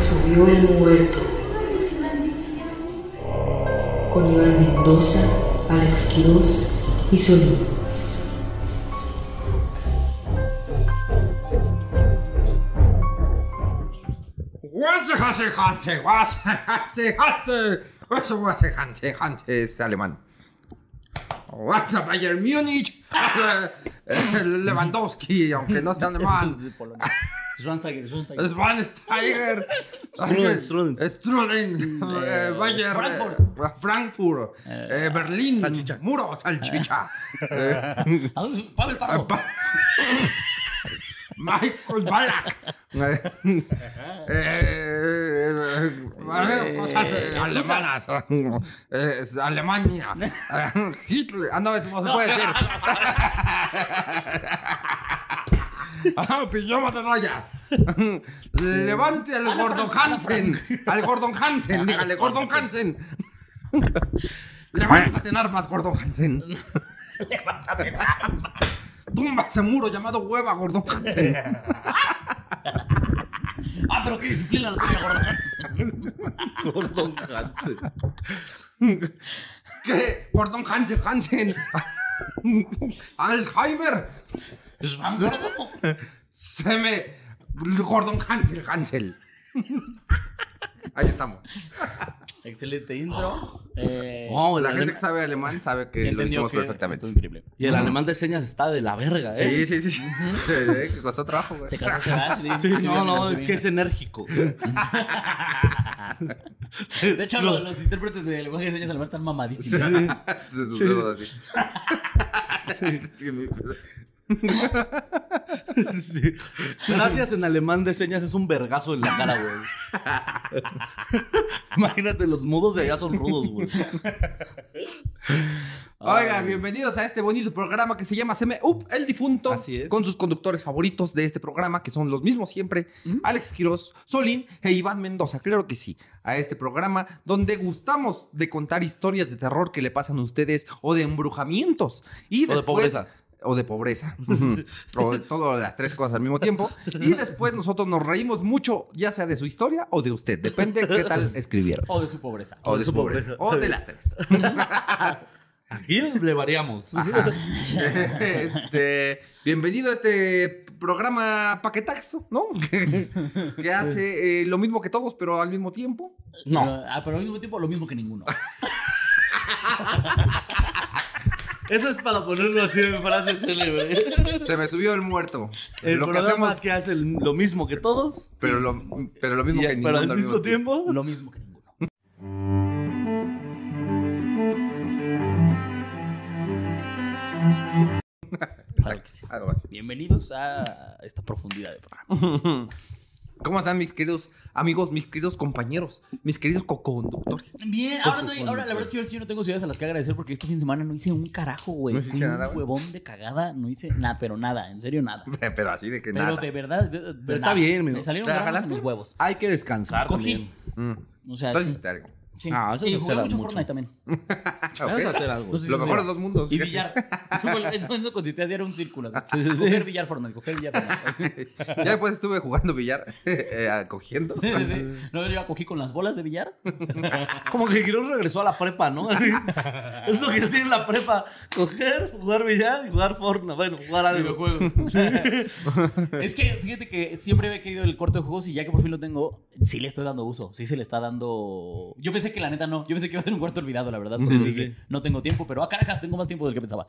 escribió El Muerto. Con Iván Mendoza, Alex Quirós y Solín. Hanse, Hanse, was? Hanse, Hanse, was, was, Hanse, Hanse es alemán. Was, Bayern Múnich, Lewandowski, aunque no sea alemán. Schwansteiger, Schwansteiger. Schweinsteiger, Strudel, Strudel. Strudel, Eh, eh, Bayern, Frankfurt. eh, Frankfurt, eh, Berlín, salchicha. Eh. Muro, Salchicha, ¿A dónde se- Pavel Pardo. Pa- Michael Ballack. Eh, eh, eh, cosas eh, alemanas. Eh, es Alemania. Eh, Hitler. Ah, no, eso no se puede decir. Ah, Pijama de rayas. Levante al Gordon Hansen. Al Gordon Hansen. Dígale, Gordon Hansen. Levántate en armas, Gordon Hansen. Tumba ese muro llamado hueva, Gordon Hansen. Ah, pero qué disciplina la tenía Gordon. Gordon Hansen. ¿Qué? Gordon Hansen, Hansen. Alzheimer. Schwansteiger. Se me. Gordon Hansel, Hansel. Ahí estamos. Excelente intro. Eh, No, el La gente alem- que sabe alemán sabe que lo entendió hicimos que perfectamente. estuvo increíble. Y el alemán de señas está de la verga, Sí, ¿eh? sí, sí. sí. Eh, que costó trabajo, güey. Te casaste, ¿verdad? Sí, sí, No, sí, no, sí, es sí. que es enérgico. De hecho, los, los intérpretes de lenguaje de señas alemán están mamadísimos. De sus dedos así. Sí. Gracias en alemán de señas es un vergazo en la cara, güey. Imagínate, los mudos de allá son rudos, güey. Oigan, bienvenidos a este bonito programa que se llama Seme Up, el difunto. Así es. Con sus conductores favoritos de este programa, que son los mismos siempre: Alex Quiroz, Solín e Iván Mendoza. Claro que sí. A este programa donde gustamos de contar historias de terror que le pasan a ustedes o de embrujamientos. Y O de después- pobreza. O de pobreza. o de todas las tres cosas al mismo tiempo. Y después nosotros nos reímos mucho, ya sea de su historia o de usted. Depende qué tal escribieron. O de su pobreza. O de su pobreza. O de las tres. Aquí le variamos. este, bienvenido a este programa paquetaxo, ¿no? que que hace eh, lo mismo que todos, pero al mismo tiempo. No, Pero, ah, pero al mismo tiempo, lo mismo que ninguno. eso es para ponerlo así en frase célebre. Se me subió el muerto. El lo que programa hacemos, que hace el- lo mismo que todos, pero lo, pero lo mismo y- que pero ninguno al mismo tiempo. Lo mismo que ninguno. Claro que sí. Algo así. Bienvenidos a esta profundidad de programa. ¿Cómo están mis queridos amigos, mis queridos compañeros, mis queridos coconductores? Bien, ahora, no hay- ahora la verdad es que yo, sí no tengo ciudades a las que agradecer porque este fin de semana no hice un carajo, güey. No hiciste Fui nada, un güey. huevón de cagada, no hice nada, pero nada, en serio nada. Pero así de que Pero nada. de verdad, de- de Pero está nada. bien, amigo. Me salieron ¿Te la granos en jalaste? los huevos. Hay que descansar Cogí. también. Mm. O sea, Entonces sí. hiciste algo. Ah, sí. Ah, eso y se jugué hará mucho mucho. Fortnite también. Vamos a Ok. hacer algo. Entonces, Lo sí, mejor de sí. dos mundos. Y billar. Eso, fue, eso consistía en hacer un círculo. Así. Coger billar Fortnite, coger billar Fortnite. Así. Ya después estuve jugando billar, eh, cogiendo. Sí, sí, sí. No, yo cogí con las bolas de billar. Como que Quirós regresó a la prepa, ¿no? Así, es lo que hacía en la prepa. Coger, jugar billar y jugar Fortnite. Bueno, jugar algo. Videojuegos. es que fíjate que siempre había querido el corto de juegos y ya que por fin lo tengo, sí le estoy dando uso. Sí se le está dando. Yo pensé que la neta no. Yo pensé que iba a ser un cuarto olvidado, la verdad. sí, Dije, sí. No tengo tiempo, pero a Caracas tengo más tiempo del que pensaba.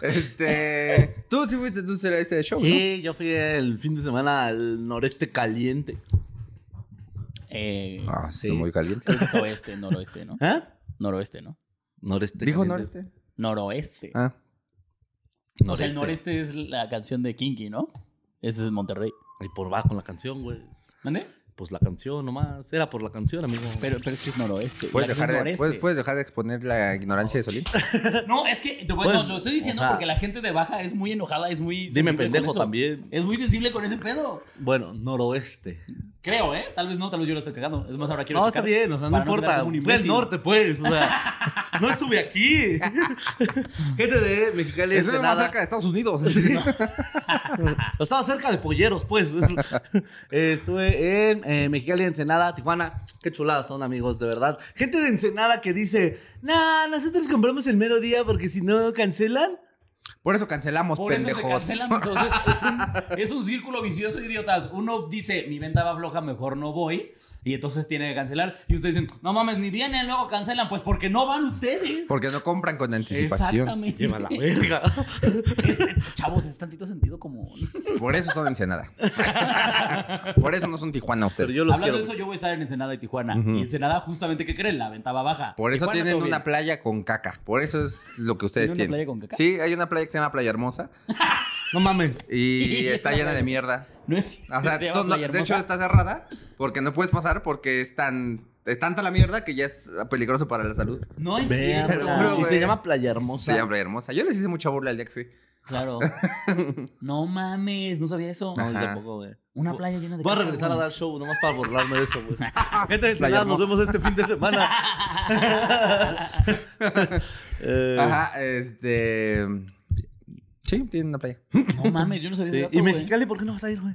Este. Tú sí fuiste tú sí a este show. Sí, yo fui el fin de semana al noreste caliente. Eh, ¿no? Ah, sí. Sí. muy caliente. creo que es oeste, noroeste, ¿no? ¿Eh? Noroeste, ¿no? Noreste ¿Dijo caliente. Eh, noreste? Noroeste. Ah. O sea, el noreste es la canción de Kinky, ¿no? Ese es Monterrey. Y por va con la canción, güey. ¿Mande? Pues la canción nomás. Era por la canción, amigo. Pero, pero es que es noroeste. ¿Puedes la que es dejar, de, noreste. ¿puedes, puedes dejar de exponer la ignorancia de Solín? No, es que te voy- Pues, no, lo estoy diciendo o sea, porque la gente de baja es muy enojada, es muy. Dime sensible con pendejo eso. también. Es muy sensible con ese pedo. Bueno, noroeste. Creo, ¿eh? Tal vez no, tal vez yo lo estoy cagando. Es más, ahora quiero. No, está checar bien, o sea, no para quedar importa. como un Fue al imbécil. norte, pues. O sea, no estuve aquí. Gente de Mexicali. Es más Ensenada. cerca de Estados Unidos. Estaba cerca de Polleros, pues. Eh, estuve en eh, Mexicali, Ensenada, Tijuana. Qué chuladas son, amigos, de verdad. Gente de Ensenada que dice, nah, nosotros compramos el mero día porque si no cancelan. Por eso cancelamos, Por eso pendejos. se cancelan. Entonces es un, es un círculo vicioso, idiotas. Uno dice, mi venta va floja, mejor no voy. Y entonces tiene que cancelar. Y ustedes dicen, no mames, ni vienen, luego cancelan. Pues porque no van ustedes. Porque no compran con anticipación. Exactamente. Lleva la verga. Este, chavos, es tantito sentido común. Por eso son Ensenada. Por eso no son Tijuana ustedes. Pero yo los Hablando de quiero. eso, yo voy a estar en Ensenada y Tijuana. Ujú. Y Ensenada, justamente, ¿qué creen? La venta va baja. Por eso Tijuana, tienen todo una bien. playa con caca. Por eso es lo que ustedes ¿Tiene una tienen. playa con caca? Sí, hay una playa que se llama Playa Hermosa No mames. y Y está esa llena de playa. mierda. No es cierto, O sea, se llama no- no, Playa de hecho Este, Hermosa. está cerrada porque no puedes pasar porque es tan es tanta la mierda que ya es peligroso para la salud. No es Verga. cierto. Pero, y güey. se llama Playa Hermosa. Se llama Playa Hermosa. Yo les hice mucha burla el día que fui. Claro. No mames, no sabía eso. No, yo Ajá. tampoco, güey. Una playa llena de. Voy a caca, regresar a güey. dar show nomás para burlarme de eso, güey. Gente de Playa Ensenada, nos vemos este fin de semana. Eh, Ajá, este Sí, tienen una playa. No mames, yo no sabía sí. ese dato, ¿Y güey. Mexicali por qué no vas a ir, güey?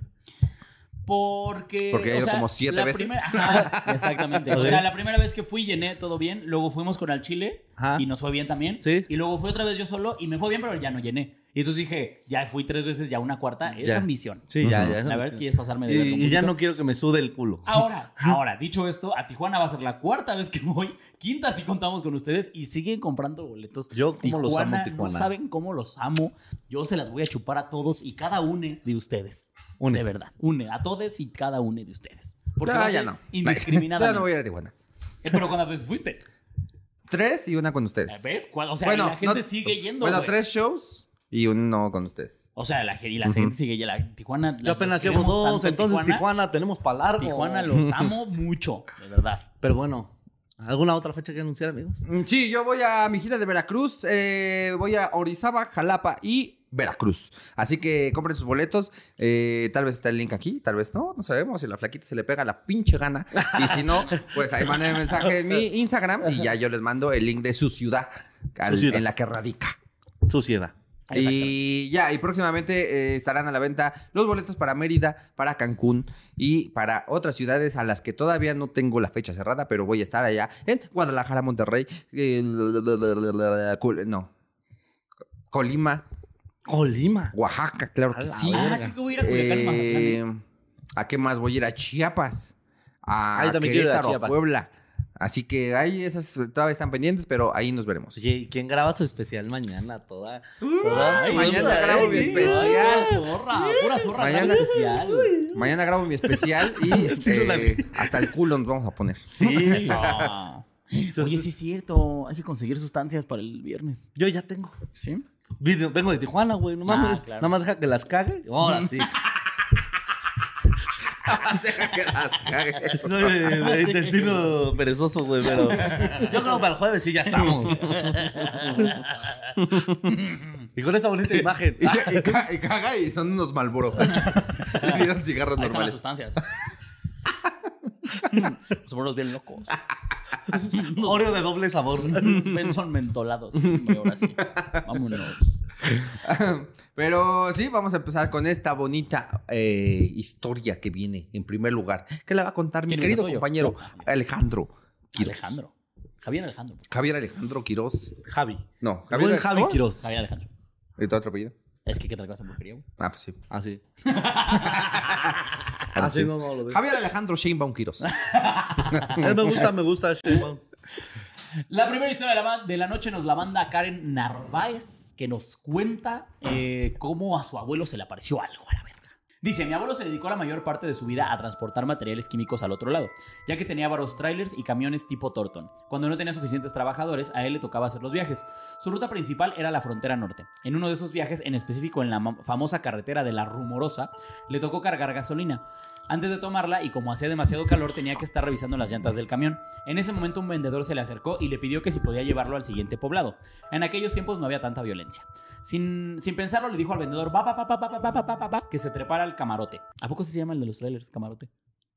Porque. Porque he o ido sea, como siete la veces. primera- Ajá, exactamente. O Ok. sea, la primera vez que fui llené todo bien. Luego fuimos con Al Chile Ajá. y nos fue bien también. Sí. Y luego fui otra vez yo solo y me fue bien, pero ya no llené. Y entonces dije, ya fui tres veces, ya una cuarta. Es Ya. ambición. Sí, ya, ya. La verdad es que ya es pasarme de verga un Y, y ya poquito. no quiero que me sude el culo. Ahora, ahora, dicho esto, a Tijuana va a ser la cuarta vez que voy, quinta si contamos con ustedes y siguen comprando boletos. Yo cómo los amo, No Tijuana. saben cómo los amo. Yo se las voy a chupar a todos y cada une de ustedes. Une. De verdad, une a todos y cada une de ustedes. Porque Ya, va a ya ser no. Ya Indiscriminadamente. no voy a ir a Tijuana. Eh, Pero ¿cuántas veces fuiste? Tres y una con ustedes. ¿Ves? ¿Cuál- O sea, y la gente Pues, no- sigue yendo. Bueno, güey. tres shows y uno con ustedes. O sea, la, y la Ujú. gente sigue. y La, Tijuana. Yo las- apenas los llevo queremos dos, tanto en entonces Tijuana, tenemos para largo. Tijuana los amo mucho, de verdad. Pero bueno, ¿alguna otra fecha que anunciar, amigos? Mm, Sí, yo voy a mi gira de Veracruz, eh, voy a Orizaba, Jalapa y Veracruz. Así que compren sus boletos. eh, tal vez está el link aquí, tal vez no, no sabemos. Si la flaquita se le pega la pinche gana. Y si no, pues ahí manden mensaje en mi Instagram y ya yo les mando el link de su ciudad, al- Su ciudad. en la que radica. Suciedad. Y ya, y próximamente eh, estarán a la venta los boletos para Mérida, para Cancún y para otras ciudades a las que todavía no tengo la fecha cerrada, pero voy a estar allá en Guadalajara, Monterrey, eh, Col- no, Colima, Colima. Oaxaca, claro A que la sí. Ah, verga. creo que voy a ir a Culiacán y Mazatlán. ¿eh? Eh, ¿A qué más voy a ir? A Chiapas, a Ah, yo también quiero ir a Querétaro, a Chiapas. Puebla. Así que ahí esas todavía están pendientes, pero ahí nos veremos. Oye, ¿y quién graba su especial mañana? Toda. toda Ay, mañana eh, grabo mi sí, especial. Pura zorra, pura zorra, Mañana- gran especial. Mañana grabo mi especial y eh, hasta el culo nos vamos a poner. Sí. Eso. Oye, sí es cierto, hay que conseguir sustancias para el viernes. Yo ya tengo. ¿Sí? Video- Vengo de Tijuaga, güey. No mames. Ah, claro. Nada más deja que las cague. Ahora sí. Ah, Deja que las cague. Soy de, de intestino eh, perezoso, güey. Pero yo creo que para el jueves sí ya estamos. y con esta bonita imagen. Y, se- y ca- y caga y son unos malboro. y eran cigarros Ahí están las normales. sustancias. Los moros bien locos. Oreo de doble sabor. Ven, Son mentolados. Hombre, ahora sí. Vámonos. Pero sí, vamos a empezar con esta bonita eh, historia que viene en primer lugar. Que la va a contar mi ¿Quién querido empezó yo? compañero Yo. Alejandro Quiroz. Alejandro. Javier Alejandro. por favor. Javier Alejandro Quiroz. Javi. No, Javi, Javier Javi ¿cómo? Quiroz. Javier Alejandro. ¿Y tu otro apellido? Es que qué tal cosa brujería, güey. Ah, pues sí. Así. Ah, Así sí. no, no lo digo. Javier Alejandro Sheinbaum Quiroz. Eh, Me gusta, me gusta. Sheinbaum. La primera historia de la, ma- de la noche nos la manda Karen Narváez, que nos cuenta eh, cómo a su abuelo se le apareció algo a la verga. Dice, mi abuelo se dedicó la mayor parte de su vida a transportar materiales químicos al otro lado, ya que tenía varios trailers y camiones tipo Torton. Cuando no tenía suficientes trabajadores, a él le tocaba hacer los viajes. Su ruta principal era la frontera norte. En uno de esos viajes, en específico en la ma- famosa carretera de la Rumorosa, le tocó cargar gasolina. Antes de tomarla, y como hacía demasiado calor, tenía que estar revisando las llantas del camión. En ese momento un vendedor se le acercó y le pidió que si podía llevarlo al siguiente poblado. En aquellos tiempos no había tanta violencia. Sin, sin pensarlo, le dijo al vendedor, va, va, va, va, va, va, va, va, va, va, va", que se trepara al camarote. ¿A poco sí se llama el de los trailers, camarote?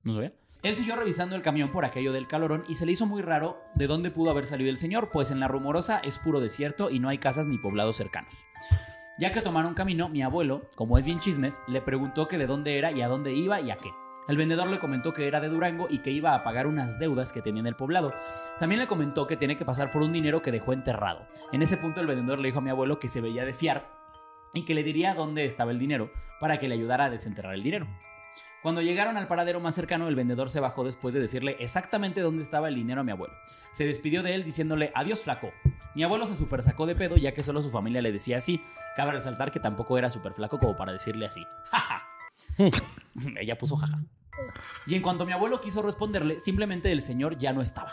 No sabía. Él siguió revisando el camión por aquello del calorón y se le hizo muy raro de dónde pudo haber salido el señor, pues en la rumorosa es puro desierto y no hay casas ni poblados cercanos. Ya que tomaron camino, mi abuelo, como es bien chismes, le preguntó que de dónde era y a dónde iba y a qué. El vendedor le comentó que era de Durango y que iba a pagar unas deudas que tenía en el poblado. También le comentó que tiene que pasar por un dinero que dejó enterrado. En ese punto el vendedor le dijo a mi abuelo que se veía de fiar y que le diría dónde estaba el dinero para que le ayudara a desenterrar el dinero. Cuando llegaron al paradero más cercano, el vendedor se bajó después de decirle exactamente dónde estaba el dinero a mi abuelo. Se despidió de él diciéndole adiós flaco. Mi abuelo se super sacó de pedo ya que solo su familia le decía así. Cabe resaltar que tampoco era super flaco como para decirle así. Jaja. Ella puso jaja. Y en cuanto mi abuelo quiso responderle, simplemente el señor ya no estaba.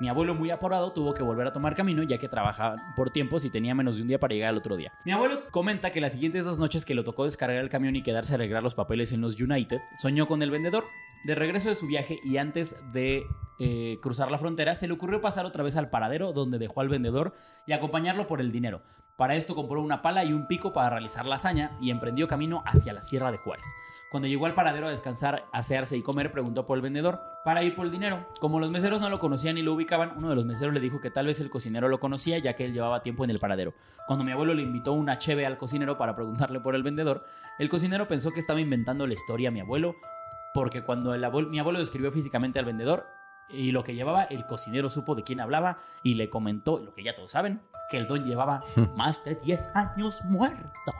Mi abuelo muy apurado tuvo que volver a tomar camino ya que trabajaba por tiempos y tenía menos de un día para llegar al otro día. Mi abuelo comenta que las siguientes dos noches que lo tocó descargar el camión y quedarse a arreglar los papeles en los United, soñó con el vendedor. De regreso de su viaje y antes de eh, cruzar la frontera, se le ocurrió pasar otra vez al paradero donde dejó al vendedor y acompañarlo por el dinero. Para esto compró una pala y un pico para realizar la hazaña y emprendió camino hacia la Sierra de Juárez. Cuando llegó al paradero a descansar, asearse y comer, preguntó por el vendedor para ir por el dinero. Como los meseros no lo conocían ni lo ubicaban, uno de los meseros le dijo que tal vez el cocinero lo conocía ya que él llevaba tiempo en el paradero. Cuando mi abuelo le invitó una cheve al cocinero para preguntarle por el vendedor, el cocinero pensó que estaba inventando la historia a mi abuelo porque cuando el abuelo, mi abuelo describió físicamente al vendedor y lo que llevaba, el cocinero supo de quién hablaba y le comentó, lo que ya todos saben, que el don llevaba más de 10 años muerto.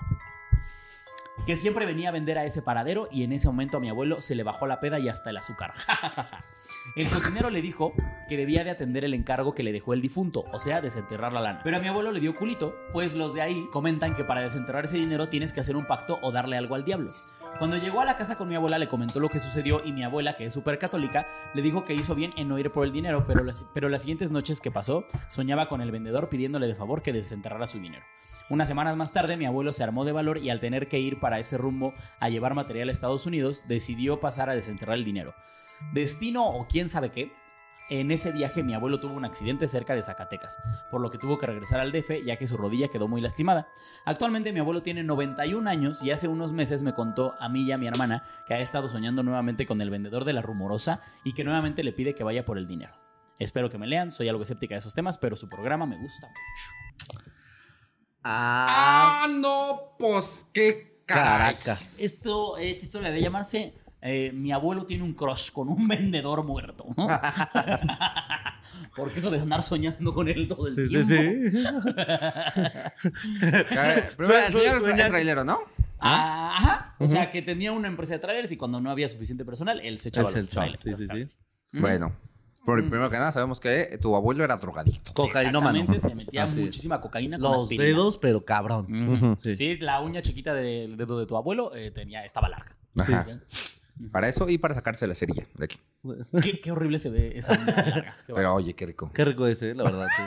Que siempre venía a vender a ese paradero y en ese momento a mi abuelo se le bajó la peda y hasta el azúcar. el cocinero le dijo que debía de atender el encargo que le dejó el difunto, o sea, desenterrar la lana. Pero a mi abuelo le dio culito, pues los de ahí comentan que para desenterrar ese dinero tienes que hacer un pacto o darle algo al diablo. Cuando llegó a la casa con mi abuela le comentó lo que sucedió y mi abuela, que es súper católica, le dijo que hizo bien en no ir por el dinero, pero las, pero las siguientes noches que pasó soñaba con el vendedor pidiéndole de favor que desenterrara su dinero. Unas semanas más tarde mi abuelo se armó de valor y al tener que ir para ese rumbo a llevar material a Estados Unidos, decidió pasar a desenterrar el dinero. Destino o quién sabe qué, en ese viaje mi abuelo tuvo un accidente cerca de Zacatecas, por lo que tuvo que regresar al DF ya que su rodilla quedó muy lastimada. Actualmente mi abuelo tiene 91 años y hace unos meses me contó a mí y a mi hermana que ha estado soñando nuevamente con el vendedor de la rumorosa y que nuevamente le pide que vaya por el dinero. Espero que me lean, soy algo escéptica de esos temas, pero su programa me gusta mucho. Ah, Ah, no, pues qué caracas. Caracas. Esto, esta historia debe llamarse eh, Mi abuelo tiene un crush con un vendedor muerto. ¿no? Porque eso de andar soñando con él todo el Sí, sí, tiempo. sí. A ver, Primero, el Suena- señor es suena- el trailero, ¿no? Ah, ajá. O sea, que tenía una empresa de trailers y cuando no había suficiente personal, él se echaba Él se los echaba, trailers. sí, sí, sí. exactamente. Bueno, por- primero que nada, sabemos que tu abuelo era drogadicto. Cocainómano. Exactamente, se metía Así es. muchísima cocaína con Los aspirina. Mm. dedos, pero cabrón. Ujú. Sí. sí. la uña chiquita del dedo de tu abuelo eh, tenía, estaba larga. Ajá. Sí. ¿eh? Para eso y para sacarse la cerilla de aquí. Qué, qué horrible se ve esa uña larga. Qué Pero oye, qué rico. Qué rico ese, la verdad, sí.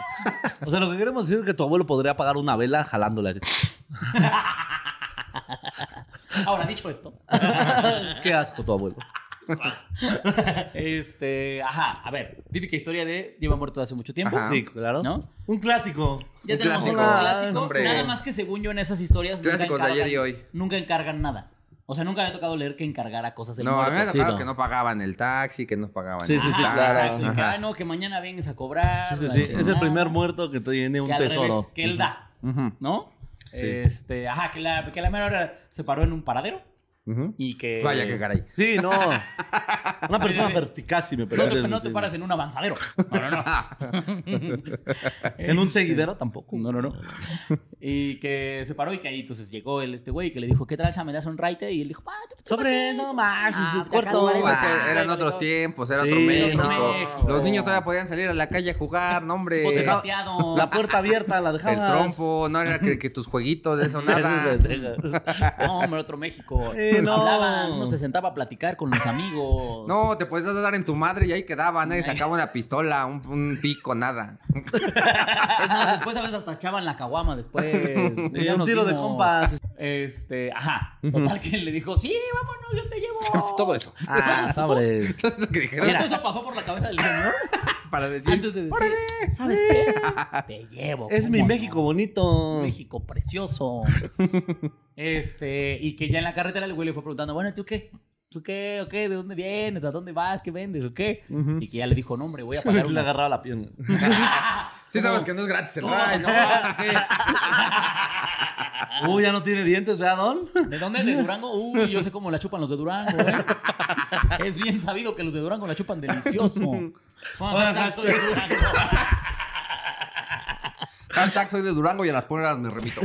O sea, lo que queremos decir es que tu abuelo podría pagar una vela jalándola así. bárbaro. Ahora, dicho esto, Qué asco tu abuelo. este, ajá, a ver, típica historia de lleva muerto hace mucho tiempo. Ajá. Ah. Sí, claro. ¿no? Un clásico. Ya Un tenemos clásico. un clásico. Hombre. Nada más que según yo en esas historias. nunca Clásicos de ayer y hoy. Nunca encargan nada. O sea, nunca me ha tocado leer que encargara cosas del No, a muerto. mí me ha sí, tocado no. que no pagaban el taxi, que no pagaban Sí, el sí, sí, gas, claro. Exacto, y que, ajá. "Ah, no, que mañana vienes a cobrar. Sí, sí, la sí. chingada". Es el primer muerto que tiene un que al revés, tesoro. que él da, Ujú, ¿no? Sí. Este, ajá, que la, que la mera hora se paró en un paradero ujú. y Eh, que. Vaya, qué caray. Sí, no. Una persona sí. vertical, si me No te, permites. no te decir. paras en un avanzadero. No, no, no. En este- un seguidero tampoco. No, no, no. Y que se paró y que ahí entonces llegó el, este güey que le dijo, ¿qué tal? ¿Me das un raite? Y él dijo, "Ah, tú- tú- Sobre, no manches, Ah, su te cuarto. acabo de No, Pues, es que Ah, eran bueno, otros no. tiempos, era Sí, otro México. otro México. Los niños todavía podían salir a la calle a jugar, no tú te hombre. Pues, Dejaba- pateado". La puerta abierta, la dejabas. El trompo, no era que, que tus jueguitos de eso Eso nada. se deja. No, hombre, otro México. Eh, Sí, no. Hablaba, uno se sentaba a platicar con los amigos. No, te podías dar en tu madre y ahí quedaba. Nadie sacaba una pistola, un, un pico, nada. Es más, después a veces hasta echaban la caguama después. Eh, Ya un nos tiro de dimos. compas. Este, ajá. Total que le dijo, sí, vámonos, yo te llevo. Todo eso. Ah, sobre. Que dijeron, ¿Esto eso pasó por la cabeza del señor? para decir. Antes de decir, "Órale". ¿sabes qué? Te llevo. Es mi ¿cómo no? México bonito. México precioso. este, y que ya en la carretera el güey le fue preguntando, bueno, ¿tú qué? ¿Tú qué? ¿O qué? ¿De dónde vienes? ¿A dónde vas? ¿Qué vendes? ¿O qué? Y que ya le dijo, no, hombre, voy a pagar Le unas... agarraba la pierna. Sí sabes que no es gratis el ¿Cómo vas a ride, ¿no? pagar? Ah. Uy, ya no tiene dientes, ¿verdad, Don? ¿Qué? ¿De dónde? ¿De Durango? Uy, yo sé cómo la chupan los de Durango, ¿eh? Es bien sabido que los de Durango la chupan delicioso. ¿Cómo estás? Soy de Durango. Hashtag soy de Durango y a las poneras me remito.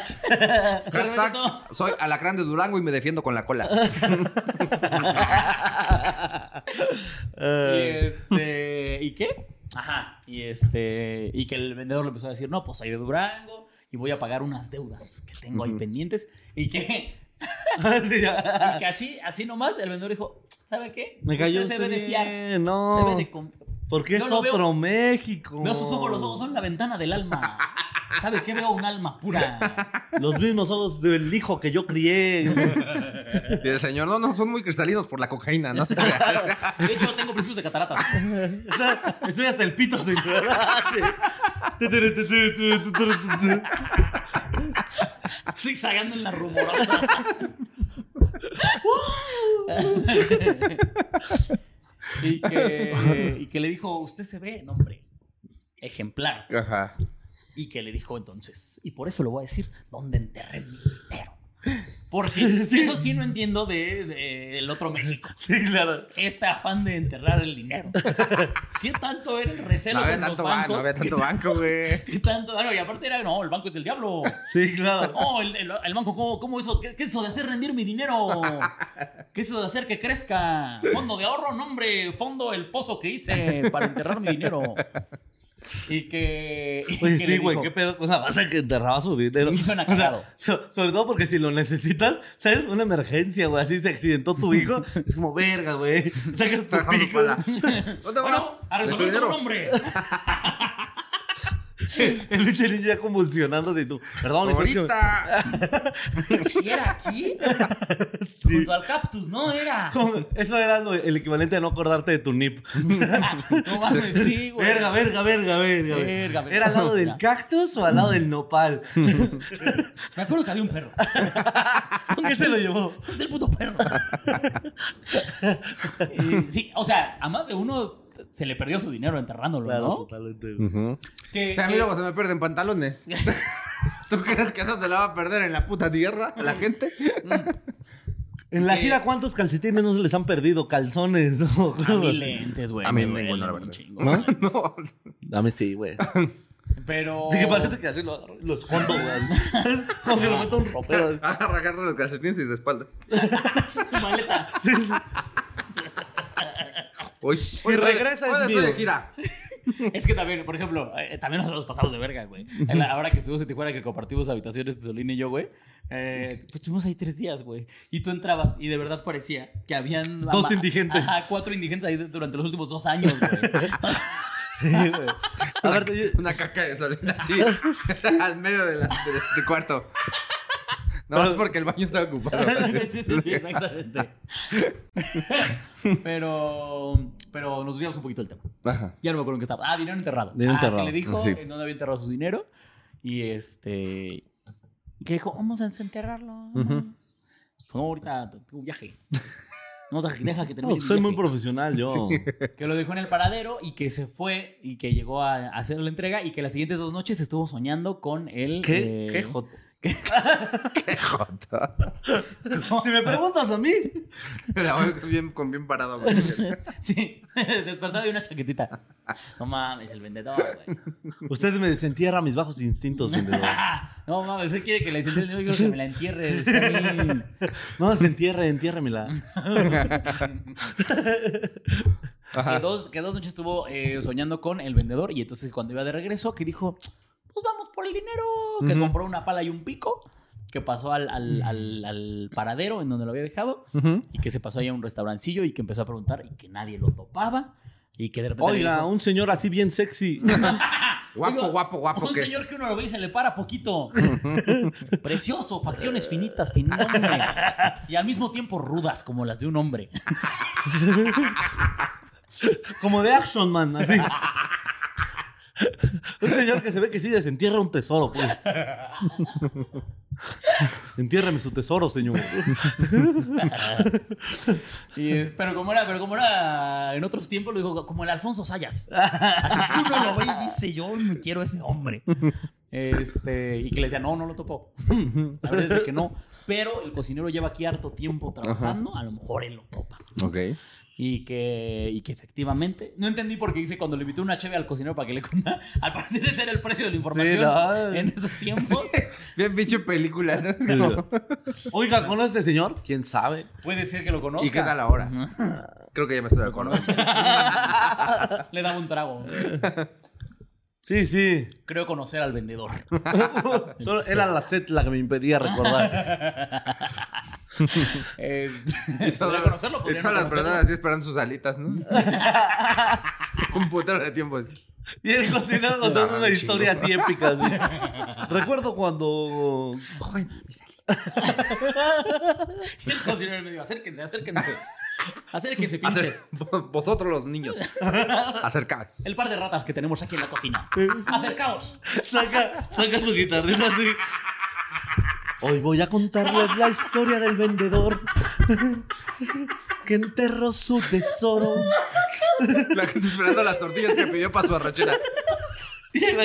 Hashtag remito. soy alacrán de Durango y me defiendo con la cola. Y Eh, este. ¿Y qué? Ajá. Y este. Y que el vendedor le empezó a decir, no, pues soy de Durango y voy a pagar unas deudas que tengo ahí pendientes. Y que. sí, ya. y que así, así nomás, el vendedor dijo, ¿sabe qué? Me Usted cayó se debe de usted fiar. bien, Se debe No. de conf- Porque Yo es lo veo- otro México. Veo sus ojos, los ojos son la ventana del alma. ¿Sabe qué? Veo un alma pura. Los mismos ojos del hijo que yo crié. Y el señor, no, no, son muy cristalinos por la cocaína, no se crea. De hecho, tengo principios de cataratas. Está- Estoy hasta el pito sin Zigzagando en la rumorosa. y, que, y que le dijo, usted se ve, no, hombre, ejemplar. Ajá. Y que le dijo entonces, y por eso le voy a decir, ¿dónde enterré mi dinero? Porque eso sí no entiendo del de, del otro México. Sí, claro. Este afán de enterrar el dinero. ¿Qué tanto era el recelo No de había los tanto, ba- bancos? no había tanto banco, güey. ¿Qué tanto? Bueno, y aparte era, no, el banco es del diablo. Sí, claro. No, el, el- el banco, ¿cómo, cómo eso? ¿Qué, qué es eso de hacer rendir mi dinero? ¿Qué es eso de hacer que crezca? Fondo de ahorro, nombre, fondo el pozo que hice para enterrar mi dinero. Y que. y Oye, que sí, le güey, dijo, qué pedo con la base que enterraba su dinero. Sí suena O sea, cagado. so- sobre todo porque si lo necesitas, ¿sabes? Una emergencia, güey. Así se accidentó tu hijo. Es como, verga, güey. Sacas tu Trabajando pico. para la- ¿Dónde Bueno, vas? a De tu resolver tu dinero. nombre. El pinche niño ya convulsionando. Y tú, perdón, hijo, es que- Ahorita. Si era aquí, Sí. junto al cactus, ¿no? Era. Como- Eso era lo- el equivalente a no acordarte de tu nip. No mames, sí, güey. Verga, verga, verga, verga, güey. Verga, verga. ¿Era al lado del Ya. cactus o al lado del nopal? Me acuerdo que había un perro. ¿Con qué se lo llevó? Es el puto perro. Y sí, o sea, a más de uno se le perdió su dinero enterrándolo, ¿no? totalmente. Que- O sea, a mí que- luego se me pierden pantalones. ¿Tú crees que no se la va a perder en la puta tierra a la gente? En la Eh, gira, ¿cuántos calcetines no se les han perdido? ¿Calzones? o A cosas mí así? lentes, güey. A mí me duelen ninguno, la un verdad. chingo. ¿No? No. Dame sí, güey. Pero. Sí, que parece que así lo, agarro y lo escondo, güey. Como que lo meto a un ropero. Agarra, agarra los calcetines y de espaldas. Su maleta. Sí, sí. Hoy, Si regresa, es hoy estoy mío. de gira. Es que también, por ejemplo, eh, también nosotros pasamos de verga, güey. En la- Ahora que estuvimos en Tijuana, que compartimos habitaciones, Solín y yo, güey. eh, pues estuvimos ahí tres días, güey. Y tú entrabas y de verdad parecía que habían. Dos indigentes. Ajá, cuatro indigentes ahí de- durante los últimos dos años, güey. Sí, güey. A ver, yo- Una caca de solina así. al medio de la- de- de cuarto. No, es porque el baño estaba ocupado. sí, sí, sí, sí, exactamente. pero, pero nos desviamos un poquito del tema. Ajá. Ya no me acuerdo en qué estaba. Ah, dinero enterrado. Dinero Ah, enterrado, Que le dijo sí. en dónde había enterrado su dinero. Y este. y Que dijo, vamos a desenterrarlo. vámonos". Dijo, no, ahorita tengo un viaje. No, o sea, que deja que termine. No, mi soy muy viaje". profesional, yo. Que lo dejó en el paradero y que se fue y que llegó a hacer la entrega y que las siguientes dos noches estuvo soñando con él. ¿Qué? eh, ¿Qué joto? Qué jota. Si me preguntas a mí. La voy con bien, con bien parado. güey. Sí, despertaba de una chaquetita. No mames, el vendedor, güey. Usted me desentierra mis bajos instintos, vendedor. Ah, No mames, usted quiere que la desentierre. Yo quiero que me la entierre. usted a mí. No, desentierre, entiérremela. Que dos, que dos noches estuvo eh, soñando con el vendedor y entonces cuando iba de regreso que dijo, pues vamos por el dinero, que compró una pala y un pico que pasó al, Mm. al- al- al paradero en donde lo había dejado Ujú. y que se pasó ahí a un restaurancillo y que empezó a preguntar y que nadie lo topaba y que de repente... le Oiga, dijo, un señor así bien sexy. Guapo, Oiga, guapo, guapo un que señor es. que uno lo ve y se le para poquito. Precioso, facciones finitas, finón, y al mismo tiempo rudas como las de un hombre. Como de Action Man, así. un señor que se ve que sí desentierra un tesoro, pues. Entiérrame su tesoro, señor. Y es- pero como era, pero como era en otros tiempos, lo dijo como el Alfonso Sayas. Así que uno lo ve y dice, yo me quiero ese hombre. Este, y que le decía, no, no lo topó. La verdad es de que no. Pero el cocinero lleva aquí harto tiempo trabajando, a lo mejor él lo topa. Ok. Y que, y que efectivamente, no entendí por qué dice cuando le invitó una cheve al cocinero para que le contara, al parecer ese era el precio de la información ¿no? en esos tiempos. Bien pinche película. ¿no? Es como- Oiga, ¿conoce este señor? ¿Quién sabe? Puede ser que lo conozca. ¿Y qué tal ahora? Creo que ya me estoy de acuerdo. Le daba un trago. Sí, sí. Creo conocer al vendedor. Solo era la set la que me impedía recordar. Eh, Y podría todas- conocerlo, y podría no todas las conocerlo. personas así esperando sus alitas, ¿no? Un putero de tiempo. así. Y el cocinero contando Ah, una chingo. historia así épica. así. Recuerdo cuando. Joven, mis alitas. Y el cocinero me dijo, acérquense, acérquense. Acérquense, pinches. Acer- Vosotros los niños. Acercaos. El par de ratas que tenemos aquí en la cocina. Acercaos. Saca, saca su guitarrita así. Hoy voy a contarles la historia del vendedor que enterró su tesoro. La gente esperando las tortillas que pidió para su arrachera. Y ahí va-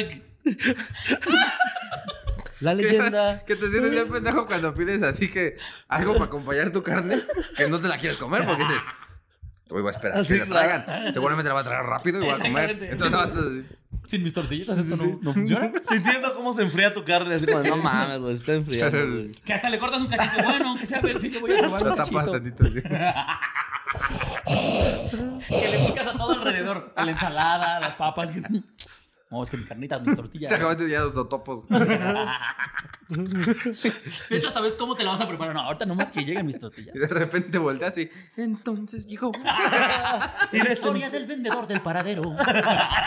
La ¿Qué leyenda. más? Que te sientes bien pendejo cuando pides así que algo para acompañar tu carne que no te la quieres comer porque dices, hoy voy a esperar Así, que la claro. tragan. Seguramente la va a tragar rápido y voy a comer. Ah, Exactamente. Entonces, no, entonces, Sin mis tortillitas esto no, no funciona. Sintiendo cómo se enfría tu carne. Así como, no mames, güey, está enfriando. güey. Que hasta le cortas un cachito. Bueno, aunque sea a ver si te voy a probar la un tapas cachito. tantito. así. Que le picas a todo alrededor. A la ensalada, a las papas. que- No, es que mis carnitas, mis tortillas. Te acabaste ya los totopos. De hecho, hasta ves cómo te la vas a preparar. No, ahorita nomás que lleguen mis tortillas. Y de repente volteas y entonces llegó. Y La le historia del vendedor del paradero.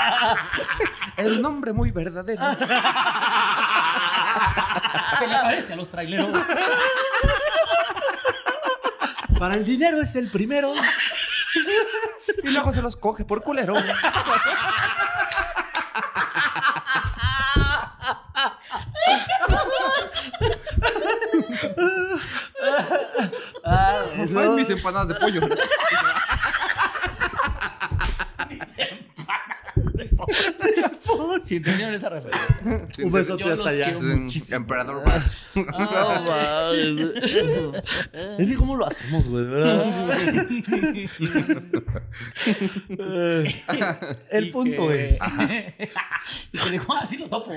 El nombre muy verdadero. Se le parece a los traileros. sen- Para el dinero es el primero. Y luego se los coge por culero. Ah, eso. Ay, mis empanadas de pollo. Mis empanadas de pollo. Si entendieron esa referencia. Un besote Yo hasta los allá. quiero. Sin- Emperador Wax. Ah. No mames. Es que cómo lo hacemos, güey, de verdad. El Y punto que- es. y que dijo, ah, sí lo topo.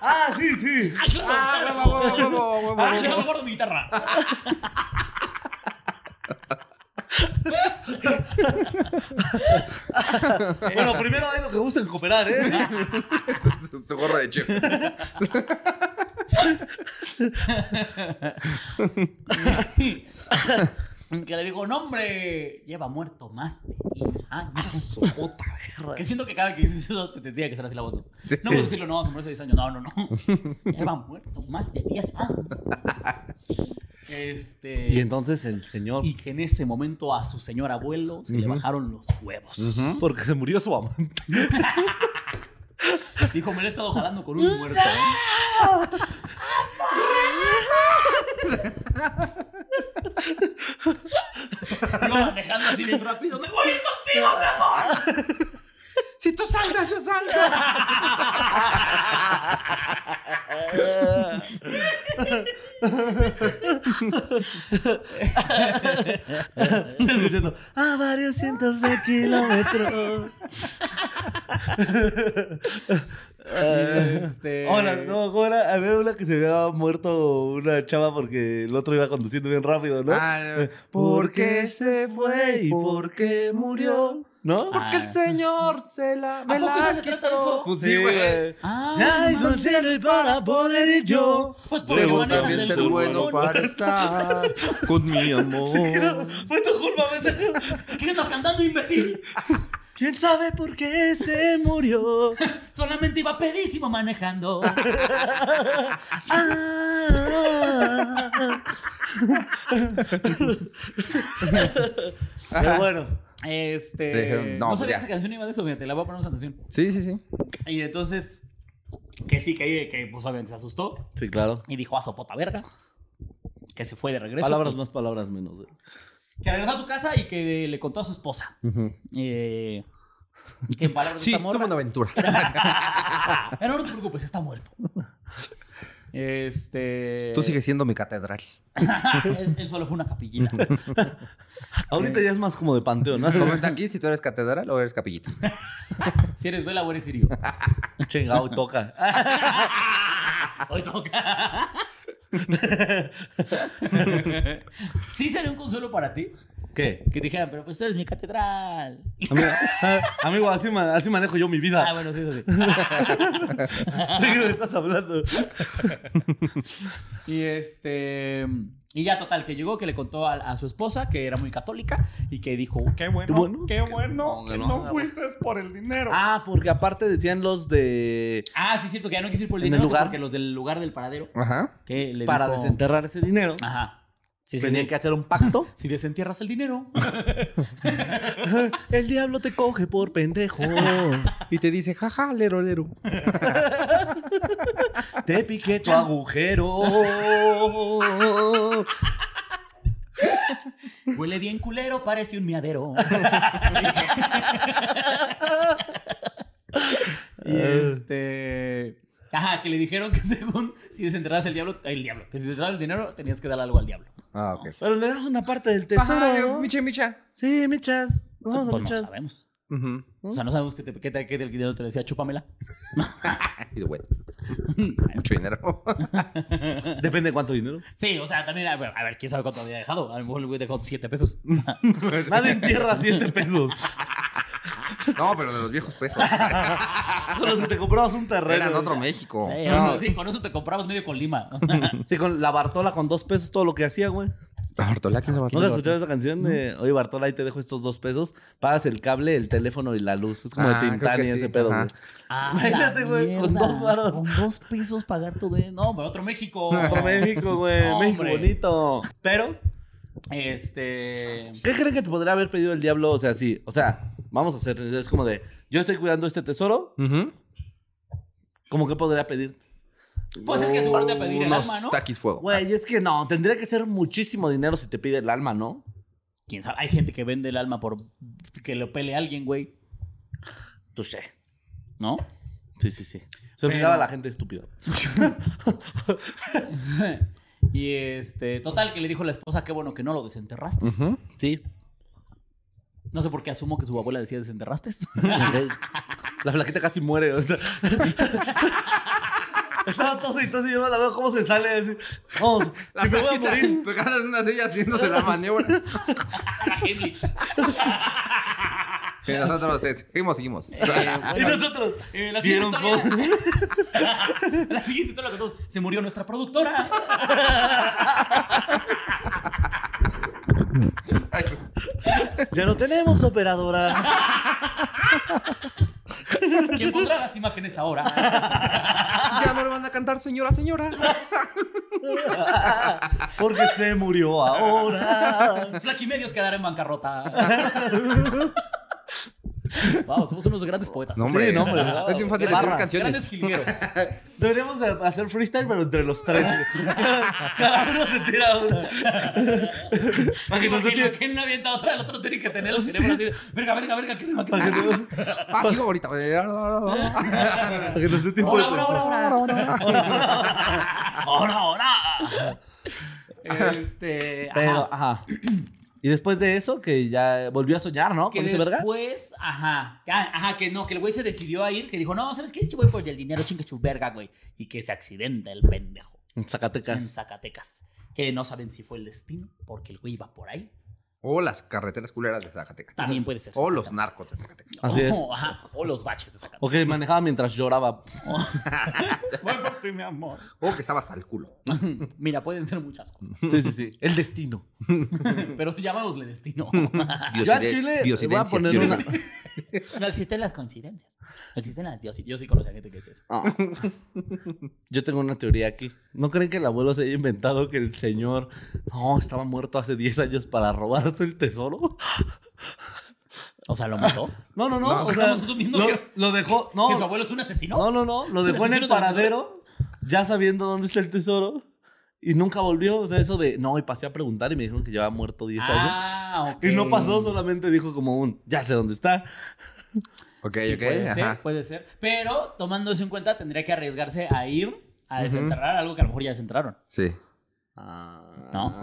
Ah, sí, sí. Ah, claro, Ah, claro. huevo, huevo, huevo, huevo, Ah, huevo. déjame guardo mi guitarra. Bueno, primero hay lo que gusten cooperar, ¿eh? Su- Su gorra de chef. que le digo, no, hombre, lleva muerto más de mil años. Ah, Puta verga. Que siento que cada que dices eso te tendría que ser así la voz. No, Sí. no puedo decirlo, no, se murió hace 10 años. No, no, no. Lleva muerto más de 10 años. Este. Y entonces el señor. y que en ese momento a su señor abuelo se le bajaron los huevos. Porque se murió su amante. Dijo, me lo he estado jalando con un muerto. ¿eh?". Iba manejando así bien rápido. ¡Me voy a ir contigo, mi amor! Si tú salgas, yo salgo. Escuchando a varios cientos de kilómetros. Este... Hola, Eh, no, ¿cómo era? Había una que se había muerto una chava porque el otro iba Eh, Eh, conduciendo bien rápido, ¿no? Ah, ¿Por qué se fue y por qué murió? ¿No? Ah. Porque el señor se la. ¿A poco eso se trata de eso? Pues sí, güey. Ah, Ay, no con mames. ser para poder ir yo. Pues porque Debo manejas también el ser fútbol, bueno ¿no? para estar con mi amor. Fue tu culpa, vete. ¿Qué estás cantando, imbécil? ¿Quién sabe por qué se murió? Solamente iba pedísimo manejando. Ah. Pero bueno. Este. Dijeron, No, no, sabía pues ya. que esa canción iba de eso, fíjate, la voy a poner en esa canción. Sí, sí, sí. Y entonces, que sí, que, que pues obviamente se asustó Sí, claro. y dijo a sopota verga. Que se fue de regreso. Palabras más, palabras menos. eh. Que regresó a su casa y que le contó a su esposa. Eh, que en palabras Sí, de esta morra- "Ah, tuvo una aventura. Pero no te preocupes, está muerto. Este. ah, Tú sigues siendo mi catedral. él, él solo fue una capillita. Ahorita ya es más como de panteón, ¿no? Comenta aquí si tú eres catedral o eres capillita. si eres vela o eres sirio. Chingao, toca. Ah, Hoy toca. sí sería un consuelo para ti ¿Qué? que te dijeran, pero pues tú eres mi catedral. Amigo, ah, amigo, así, ma- así manejo yo mi Ah, vida. bueno, sí, eso sí. ¿De qué me estás hablando? Y este. Y ya, total, que llegó, que le contó a, a su esposa que era muy católica y que dijo: Qué bueno, bueno, qué bueno que no fuiste por el dinero. Ah, Ah, porque aparte decían los de... sí, es cierto, que ya no quiso ir por el En el dinero lugar. porque los del lugar del paradero. Ajá. Que le Para dijo- desenterrar ese dinero, Ajá. Sí, sí, tenían sí. que hacer un pacto. Si desentierras el dinero. El diablo te coge por pendejo. Y te dice, jaja, lero, lero. Te piqué tu agujero. Huele bien culero, parece un miadero. y este. Ajá, que le dijeron que según si desenterras el diablo, el diablo, que si desenterras el dinero tenías que darle algo al diablo. Ah, ok. Pero le das una parte del Ajá, tesoro. ¿no? micha, micha. Sí, michas. Vamos a pues no michas. sabemos. Ujú. O sea, no sabemos qué te, qué te, qué te- qué te decía, chúpamela. Y de, güey, mucho dinero. Depende de cuánto dinero. Sí, o sea, también, a ver, a ver, quién sabe cuánto había dejado. A lo mejor el güey dejó 7 pesos. Nadie entierra 7 pesos. No, pero de los viejos pesos. Ah, Con los que te comprabas un terreno. Eran otro México. Eh, Sí, con eso te comprabas medio con lima. Sí, con la Bartola con dos pesos todo lo que hacía, güey. La Bartolá, ¿quién es la ¿No has Bartolá? escuchado esa canción de Oye Bartola, ahí te dejo estos dos pesos? Pagas el cable, el teléfono y la luz. Es como Ah, de Tintán creo y que ese sí, pedo, ajá. güey. Ah, Imagínate, la güey, con mierda. dos varos. Con dos pesos pagar todo. eso. No, hombre, otro México. Otro México, güey. México Hombre. bonito. Pero, este. ¿Qué creen que te podría haber pedido el diablo? O sea, sí. O sea, vamos a hacer. Es como de, yo estoy cuidando este tesoro. Ujú. ¿Cómo que podría pedir? Pues es que seguro te va a pedir el Unos alma, ¿no? taquis fuego. Güey, es que no. Tendría que ser muchísimo dinero si te pide el alma, ¿no? Quién sabe, hay gente que vende el alma por que lo pele a alguien, güey. Tú sé. ¿No? Sí, sí, sí. Se olvidaba Pero- la gente estúpida. y este. Total, que le dijo la esposa, qué bueno que no lo desenterraste. Ujú. Sí. No sé por qué asumo que su abuela decía desenterraste. La flaquita casi muere. O sea. Estaba tose y tose y yo no la veo cómo se sale. así. Vamos, La si me voy a flaquita morir. pegada en una silla haciéndose la maniobra. La Heimlich. Y nosotros eh, seguimos, seguimos. Y nosotros. Eh, la siguiente Ah, ¿Vieron historia- La siguiente historia que todos- Se murió nuestra productora. Ya no tenemos operadora. ¿Quién pondrá las imágenes ahora? Ya no le van a cantar, señora, señora. Porque se murió ahora. Flaky Medios quedará en bancarrota. Vamos, somos unos grandes poetas. No, hombre. Sí, no, hombre. Es bien fácil Barra. hacer Grandes canciones. jilgueros. Deberíamos de hacer freestyle, pero entre los tres. Cada uno se tira una. Para que no Imagino se tire. que una avienta a otra, el otro tiene que tener el cerebro así. de, Verga, verga, verga, qué rima, qué Para que rima. no, Ah, sigo ahorita. para que no se tire. Ahora, ahora, ahora, ahora. ahora, ahora. Este. Pero, ajá. ajá. Y después de eso, que ya volvió a soñar, ¿no? Que Con ese verga. después, ajá, Ah, ajá, que no, que el güey se decidió a ir, que dijo, no, ¿sabes qué? Yo voy por el dinero, chinga su verga, güey. Y que se accidenta el pendejo En en Zacatecas. Zacatecas. Que no saben si fue el destino, porque el güey iba por ahí. O las carreteras culeras de Zacatecas. También puede ser, O los exactamente. narcos de Zacatecas. Así es. Oh, ajá, o los baches de Zacatecas. O que manejaba mientras lloraba. Voy por ti, mi amor. O que estaba hasta el culo. Mira, pueden ser muchas cosas. Sí, sí, sí. El destino. Pero llamámosle destino. Dios Yo a Chile le voy a poner una. No existen las coincidencias. No existen las dios. Yo sí conozco a gente que es eso. Yo tengo una teoría aquí. ¿No creen que el abuelo se haya inventado que el señor no estaba muerto hace 10 años para robarse el tesoro? O sea, lo mató. No, no, no. No, o sea, estamos asumiendo lo, que- lo dejó. No, Que su abuelo Pues es un asesino. no, no, no. Lo ¿Un dejó en el asesino de paradero, ya sabiendo dónde está el tesoro. Y nunca volvió. O sea, eso de no, y pasé a preguntar y me dijeron que llevaba muerto 10 años. Ah, ok. Y no pasó, solamente dijo como un ya sé dónde está. Ok, Sí, ok. Puede ser, ajá. puede ser. Pero tomando eso en cuenta, tendría que arriesgarse a ir a desenterrar algo que a lo mejor ya desenterraron. Sí. Ah,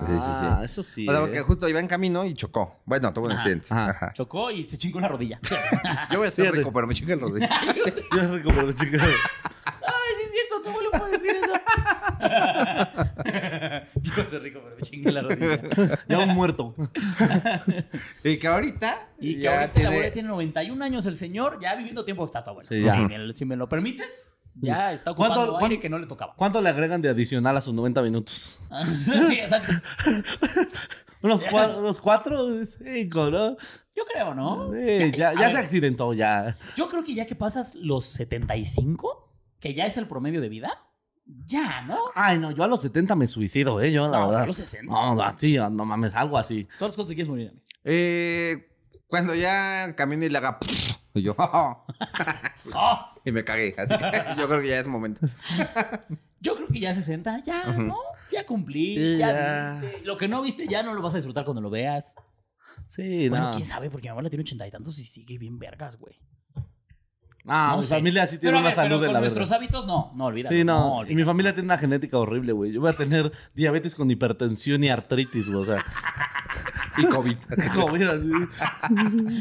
Sí, sí, sí. eso sí. O sea, ¿eh? porque justo iba en camino y chocó. Bueno, tuvo un Ajá. accidente. Ajá. Ajá. Chocó y se chingó la rodilla. Yo voy a ser Fíjate. rico, pero me chinga el rodillo. Yo les recomiendo, chicas. Ay, sí es cierto, tu abuelo puede decir eso. Yo soy rico, pero me chingué la rodilla. Ya un muerto. Y que ahorita. Y que ya ahorita tiene- la abuela tiene 91 años el señor, ya viviendo tiempo que está tu abuela. Sí, ya. Si, me, si me lo permites, ya está ocupando ¿Cuánto- aire cuánto- que no le tocaba. ¿Cuánto le agregan de adicional a sus 90 minutos? sí, exacto. Unos, cua- unos cuatro, cinco, ¿no? Yo creo, ¿no? Eh, ya a ya se ver, accidentó, ya. Yo creo que ya que pasas los 75, que ya es el promedio de vida, ya, ¿no? Ay, no, yo a los 70 me suicido, ¿eh? Yo, la No, verdad. a los 60. No, no, así, no mames, algo así. Todos los cuantos te quieres morir a mí. Eh, cuando ya camine y le haga. Y yo. Ah, y me cagué. Así. Yo creo que ya es momento. yo creo que ya 60, ya, ¿no? Ya cumplí, Sí, ya ya. viste. Lo que no viste ya no lo vas a disfrutar cuando lo veas. Sí, Bueno, no. quién sabe, porque mi abuela tiene ochenta y tantos y sigue bien vergas, güey. Ah, mi sé. familia sí Pero tiene a una ver, salud pero de con la nuestros verga. hábitos, no, no olvídalo. Sí, no. y mi olvídalo. familia tiene una genética horrible, güey. Yo voy a tener diabetes con hipertensión y artritis, güey. O sea, Y COVID. como mira, así.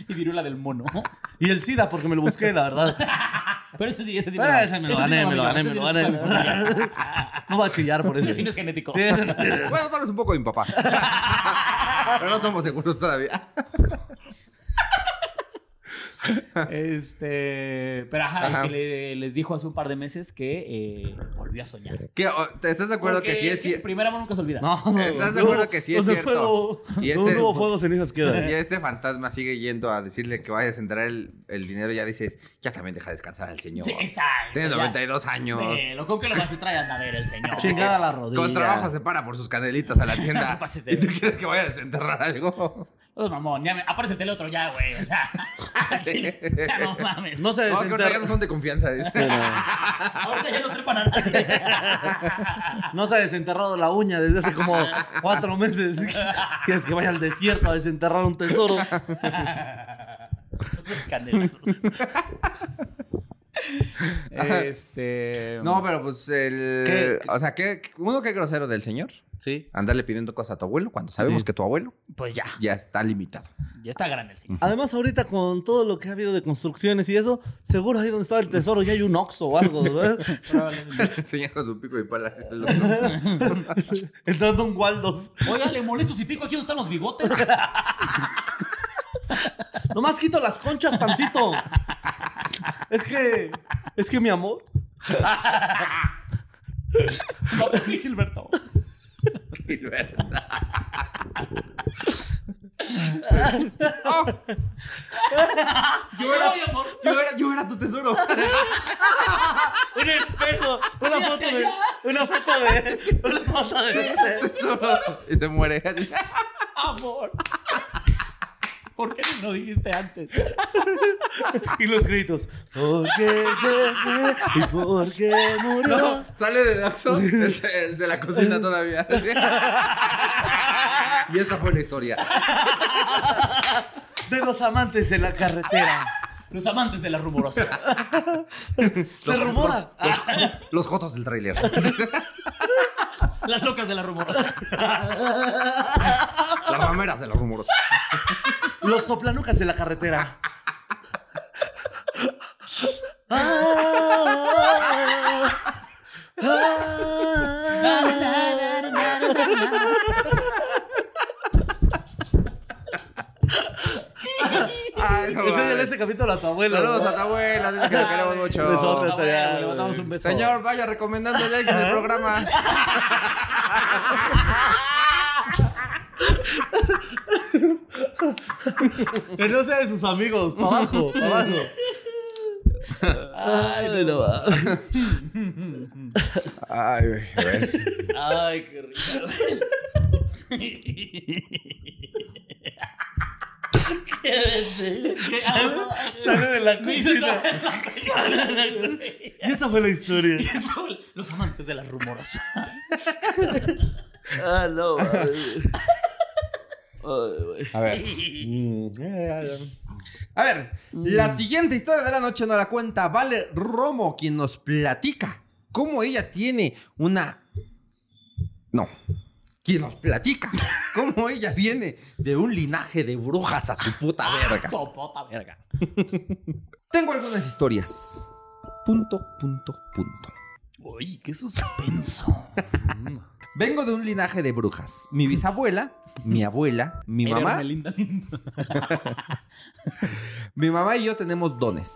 Y viruela del mono. Y el SIDA, porque me lo busqué, la verdad. Pero ese sí, ese sí. Bueno, ese me lo sí gané, me mamilo, lo gané, ese me sí lo no es gané. culpa de mi familia. No va a chillar por eso. Ese sí no es genético. Sí. Bueno, tal vez un poco de mi papá. Pero no estamos seguros todavía. Este. Pero ajá, el Ajá. que le- les dijo hace un par de meses que eh, volvió a soñar. ¿Qué, o- oh, ¿te- ¿Estás de acuerdo Porque que sí es el cierto? Primer amor nunca se olvida. No, no. ¿Estás de no, acuerdo que sí es no se cierto? Fuego, Y no este- hubo fuego, cenizas quedan. Y este fantasma sigue yendo a decirle que vayas a entrar el, el dinero. Ya dices, ya también deja descansar al señor. Sí, exacto. Tiene ya. 92 años. Eh, Velo, ¿con qué lo vas a traer a andadera el señor? Chingada la rodilla. Con trabajo se para por sus canelitas a la No tienda. te pases de- ¿Y tú quieres que vaya a desenterrar algo? Pues mamón, ya me... apárcete el otro ya, güey. O sea, al chile, ya no mames. No se No, es que ahorita ya no desenterró. son de confianza. dice. Ahorita ya no trepan a nadie. No se ha desenterrado la uña desde hace como cuatro meses. Quieres que vaya al desierto a desenterrar un tesoro. Los candelazos. este. No, pero pues el. ¿Qué? O sea, ¿qué, uno qué grosero del señor. Sí. Andarle pidiendo cosas a tu abuelo cuando sabemos Sí. que tu abuelo Pues ya, ya está limitado. ya está grande el señor. Además, ahorita con todo lo que ha habido de construcciones y eso, seguro ahí donde estaba el tesoro ya hay un oxo o algo, ¿verdad? Probablemente. Señor con su pico y pala. así, el Entrando un Waldos. Oiga, le molesto si pico aquí donde están los bigotes. Nomás quito las conchas tantito. Es que. Es que mi amor. No, pues, mi Gilberto. oso. Yo era, Ay, amor. yo era, yo era tu tesoro. Un espejo. Una Mira foto hacia de. allá. Una foto de. Una foto de. tesoro. Y se muere. así. Amor. ¿Por qué no lo dijiste antes? Y los gritos. ¿Por qué se fue? ¿Y por qué murió? No, sale del oxo, el, el de la cocina todavía. Y esta fue la historia. De los amantes de la carretera. Los amantes de la rumorosa. Se rumora. Ah, Los, los jotos del tráiler. Las locas de la rumorosa. Las rameras de los rumores. Los soplanucas de la carretera. Ah, ah, ah. a tu abuela. Saludos a tu abuela, dile que te queremos Besote. mucho. Ah, bueno, Le mandamos un beso. Señor, vaya recomendando likes en el programa. Que no sea de sus amigos. Para abajo, para abajo. Ay, no va. Ay, güey, a ver. Ay, qué rico. Sale de la cocina. Qué Y esa fue la historia. Los amantes de las rumoras. Ah, no. Ay, güey. A ver. Mm, eh, A ver, Mm. la siguiente historia de la noche nos la cuenta Vale Romo, quien nos platica cómo ella tiene una. No. Quien nos platica cómo ella viene de un linaje de brujas a su puta Ah, verga. Sopota verga. Tengo algunas historias. Punto, punto, punto. Uy, qué suspenso. Vengo de un linaje de brujas. Mi bisabuela, mi abuela, mi Era mamá una linda, linda. Mi mamá y yo tenemos dones,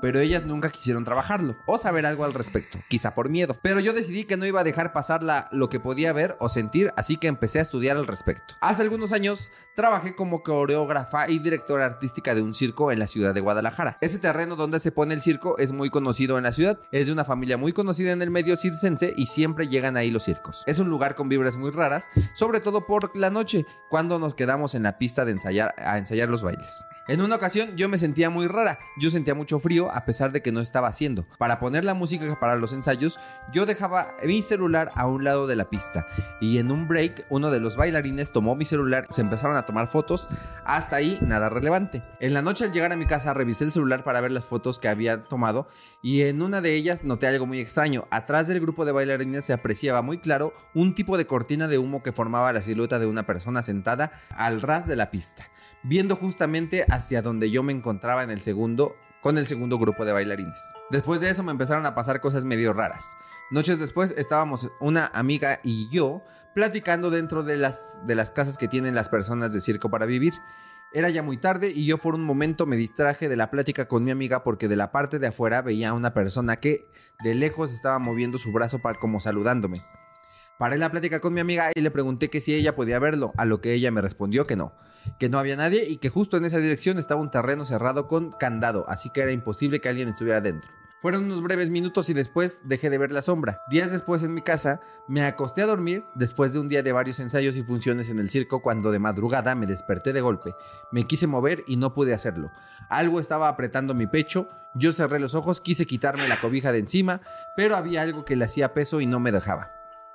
pero ellas nunca quisieron trabajarlo o saber algo al respecto, quizá por miedo. Pero yo decidí que no iba a dejar pasar la- lo que podía ver o sentir, así que empecé a estudiar al respecto. Hace algunos años trabajé como coreógrafa y directora artística de un circo en la ciudad de Guadalajara. Ese terreno donde se pone el circo es muy conocido en la ciudad, es de una familia muy conocida en el medio circense y siempre llegan ahí los circos. Es un lugar con vibras muy raras, sobre todo por la noche, cuando nos quedamos en la pista de ensayar, a ensayar los bailes. En una ocasión yo me sentía muy rara, yo sentía mucho frío a pesar de que no estaba haciendo. Para poner la música para los ensayos, yo dejaba mi celular a un lado de la pista y en un break uno de los bailarines tomó mi celular, se empezaron a tomar fotos, hasta ahí nada relevante. En la noche al llegar a mi casa revisé el celular para ver las fotos que había tomado y en una de ellas noté algo muy extraño. Atrás del grupo de bailarines se apreciaba muy claro un tipo de cortina de humo que formaba la silueta de una persona sentada al ras de la pista, viendo justamente hacia donde yo me encontraba en el segundo con el segundo grupo de bailarines. Después de eso me empezaron a pasar cosas medio raras. Noches después estábamos una amiga y yo platicando dentro de las, de las casas que tienen las personas de circo para vivir. Era ya muy tarde y yo por un momento me distraje de la plática con mi amiga porque de la parte de afuera veía a una persona que de lejos estaba moviendo su brazo para como saludándome. Paré la plática con mi amiga y le pregunté que si ella podía verlo, a lo que ella me respondió que no, que no había nadie y que justo en esa dirección estaba un terreno cerrado con candado, así que era imposible que alguien estuviera dentro. Fueron unos breves minutos y después dejé de ver la sombra. Días después en mi casa me acosté a dormir después de un día de varios ensayos y funciones en el circo cuando de madrugada me desperté de golpe. Me quise mover y no pude hacerlo. Algo estaba apretando mi pecho, yo cerré los ojos, quise quitarme la cobija de encima, pero había algo que le hacía peso y no me dejaba.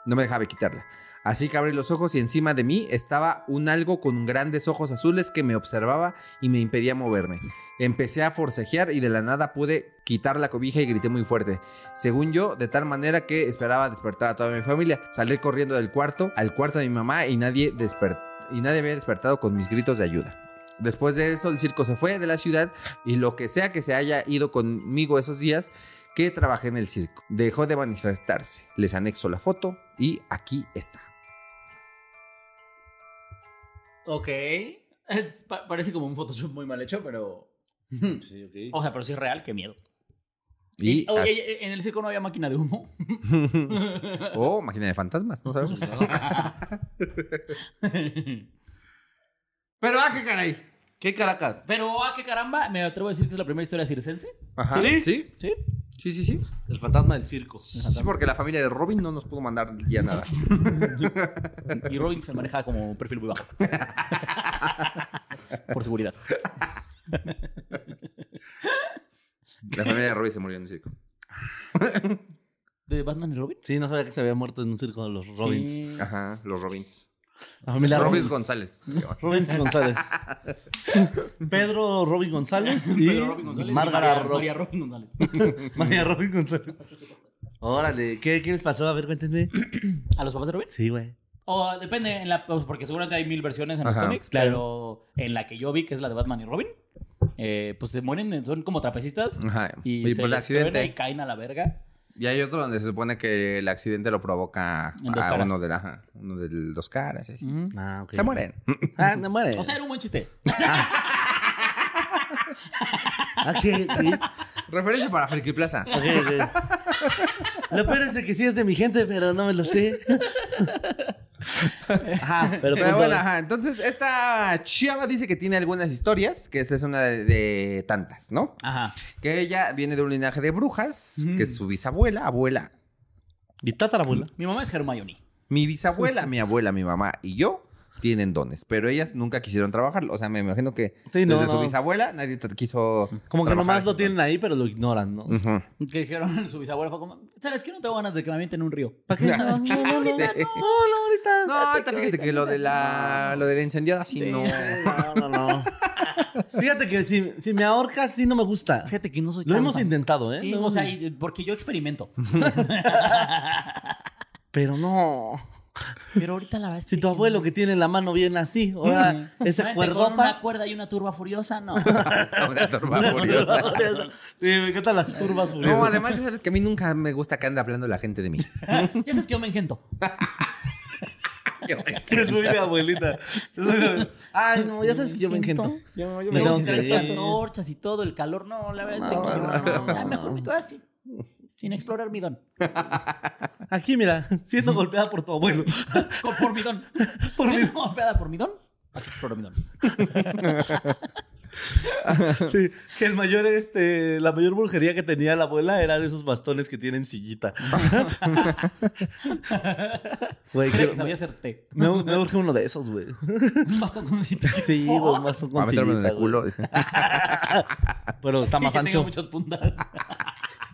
No me dejaba quitarla. Así que abrí los ojos y encima de mí estaba un algo con grandes ojos azules que me observaba y me impedía moverme. Empecé a forcejear y de la nada pude quitar la cobija y grité muy fuerte. Según yo, de tal manera que esperaba despertar a toda mi familia. Salí corriendo del cuarto al cuarto de mi mamá y nadie, desper- y nadie había despertado con mis gritos de ayuda. Después de eso, el circo se fue de la ciudad y lo que sea que se haya ido conmigo esos días, que trabajé en el circo. Dejó de manifestarse. Les anexo la foto y aquí está. Ok. Es- pa- parece como un Photoshop muy mal hecho, pero. Sí, ok. O sea, pero sí es real, qué miedo. Hmm. Y, Y- oye, en el circo no había máquina de humo. oh, máquina de fantasmas, no sabemos. Pero ah, qué caray. ¿Qué Caracas? Pero, ah, qué caramba, me atrevo a decir que es la primera historia circense. Ajá. ¿Sí? ¿Sí? ¿Sí? Sí. Sí, sí, sí. El fantasma del circo. porque la familia de Robin no nos pudo mandar ya nada. Y Robin se maneja como un perfil muy bajo. Por seguridad. La familia de Robin se murió en el circo. ¿De Batman y Robin? Sí, no sabía que se había muerto en un circo de los Robins. Sí. Ajá, los Robins. La familia Robins Robins. González. Robins González. Pedro Robin González y Pero Robin González. y Márgara María, Ro- María Robin González. María Robin González. Órale, ¿qué, qué les pasó? A ver, cuéntenme. ¿A los papás de Robin? Sí, güey. O depende, en la, pues, porque seguramente hay mil versiones en los Ajá, cómics, pero en la que yo vi, que es la de Batman y Robin, eh, pues se mueren, son como trapecistas Ajá. y, Y, se por el les truena y accidente. caen a la verga. Y hay otro donde se supone que el accidente lo provoca En dos a caras. uno de, la- ajá, uno de los caras. así. Ah, ok. Se mueren. Ah, se muere. O sea, era un buen chiste. ¿A Ah, qué? güey? Referencia para Friki Plaza. Ok, ok. Lo peor es de que sí es de mi gente, pero no me lo sé. Ajá, Pero pero, punto. bueno, ajá. Entonces, esta chava dice que tiene algunas historias, que esta es una de, de tantas, ¿no? Ajá. Que ella viene de un linaje de brujas, Mm. que es su bisabuela, abuela. Mi tatarabuela. Mi mamá es Hermione. Mi bisabuela, mi abuela, mi mamá y yo tienen dones, pero ellas nunca quisieron trabajarlo. O sea, me imagino que Sí, no, desde su no. bisabuela nadie tra- quiso. Como que trabajar nomás ese lo don. tienen ahí, pero lo ignoran, Mm. ¿no? Ujú. Que dijeron, su bisabuela fue como, ¿sabes qué? No tengo ganas de que me avienten en un río. ¿Para qué? No, no, no, no, no, Sí. no, ahorita. No, ahorita fíjate que lo de la, lo de la incendiada sí, Sí. no. No, no, no. Fíjate que si, si me ahorcas, sí no me gusta. Fíjate que no soy Lo tan hemos fan. intentado, ¿eh? Sí, Lo o hemos sea, y- porque yo experimento. Pero no. Pero ahorita la verdad es Si que- eh, tu abuelo que tiene la mano bien así, ahora esa Vente Con una cuerdota. cuerda y una turba furiosa, no. Una turba furiosa. Sí, me encantan las turbas No, furiosas. además ya sabes que a mí nunca me gusta que ande hablando la gente de mí. ya sabes que yo me engento. Sí, es muy de abuelita. Sí, es muy de- Ay, no, ya sabes que yo me engento. Yo Me me tengo que ir. antorchas y todo, el calor. No, la verdad es No, que yo no, no. no. Ah, mejor me quedo así. Sin explorar mi don. Aquí, mira, siendo golpeada por tu abuelo. Con- por mi don. Por Por mi mi- por mi don. ¿Para qué exploro mi don? Sí, que el mayor, este, la mayor brujería que tenía la abuela era de esos bastones que tienen sillita. Güey, Creo quiero- que sabía hacer té. me, me urge uno de esos, güey. Un bastoncito. Sí, güey, un bastón Para con meterme sillita. en el güey. culo. Pero está Y más que tenga ancho. muchas puntas.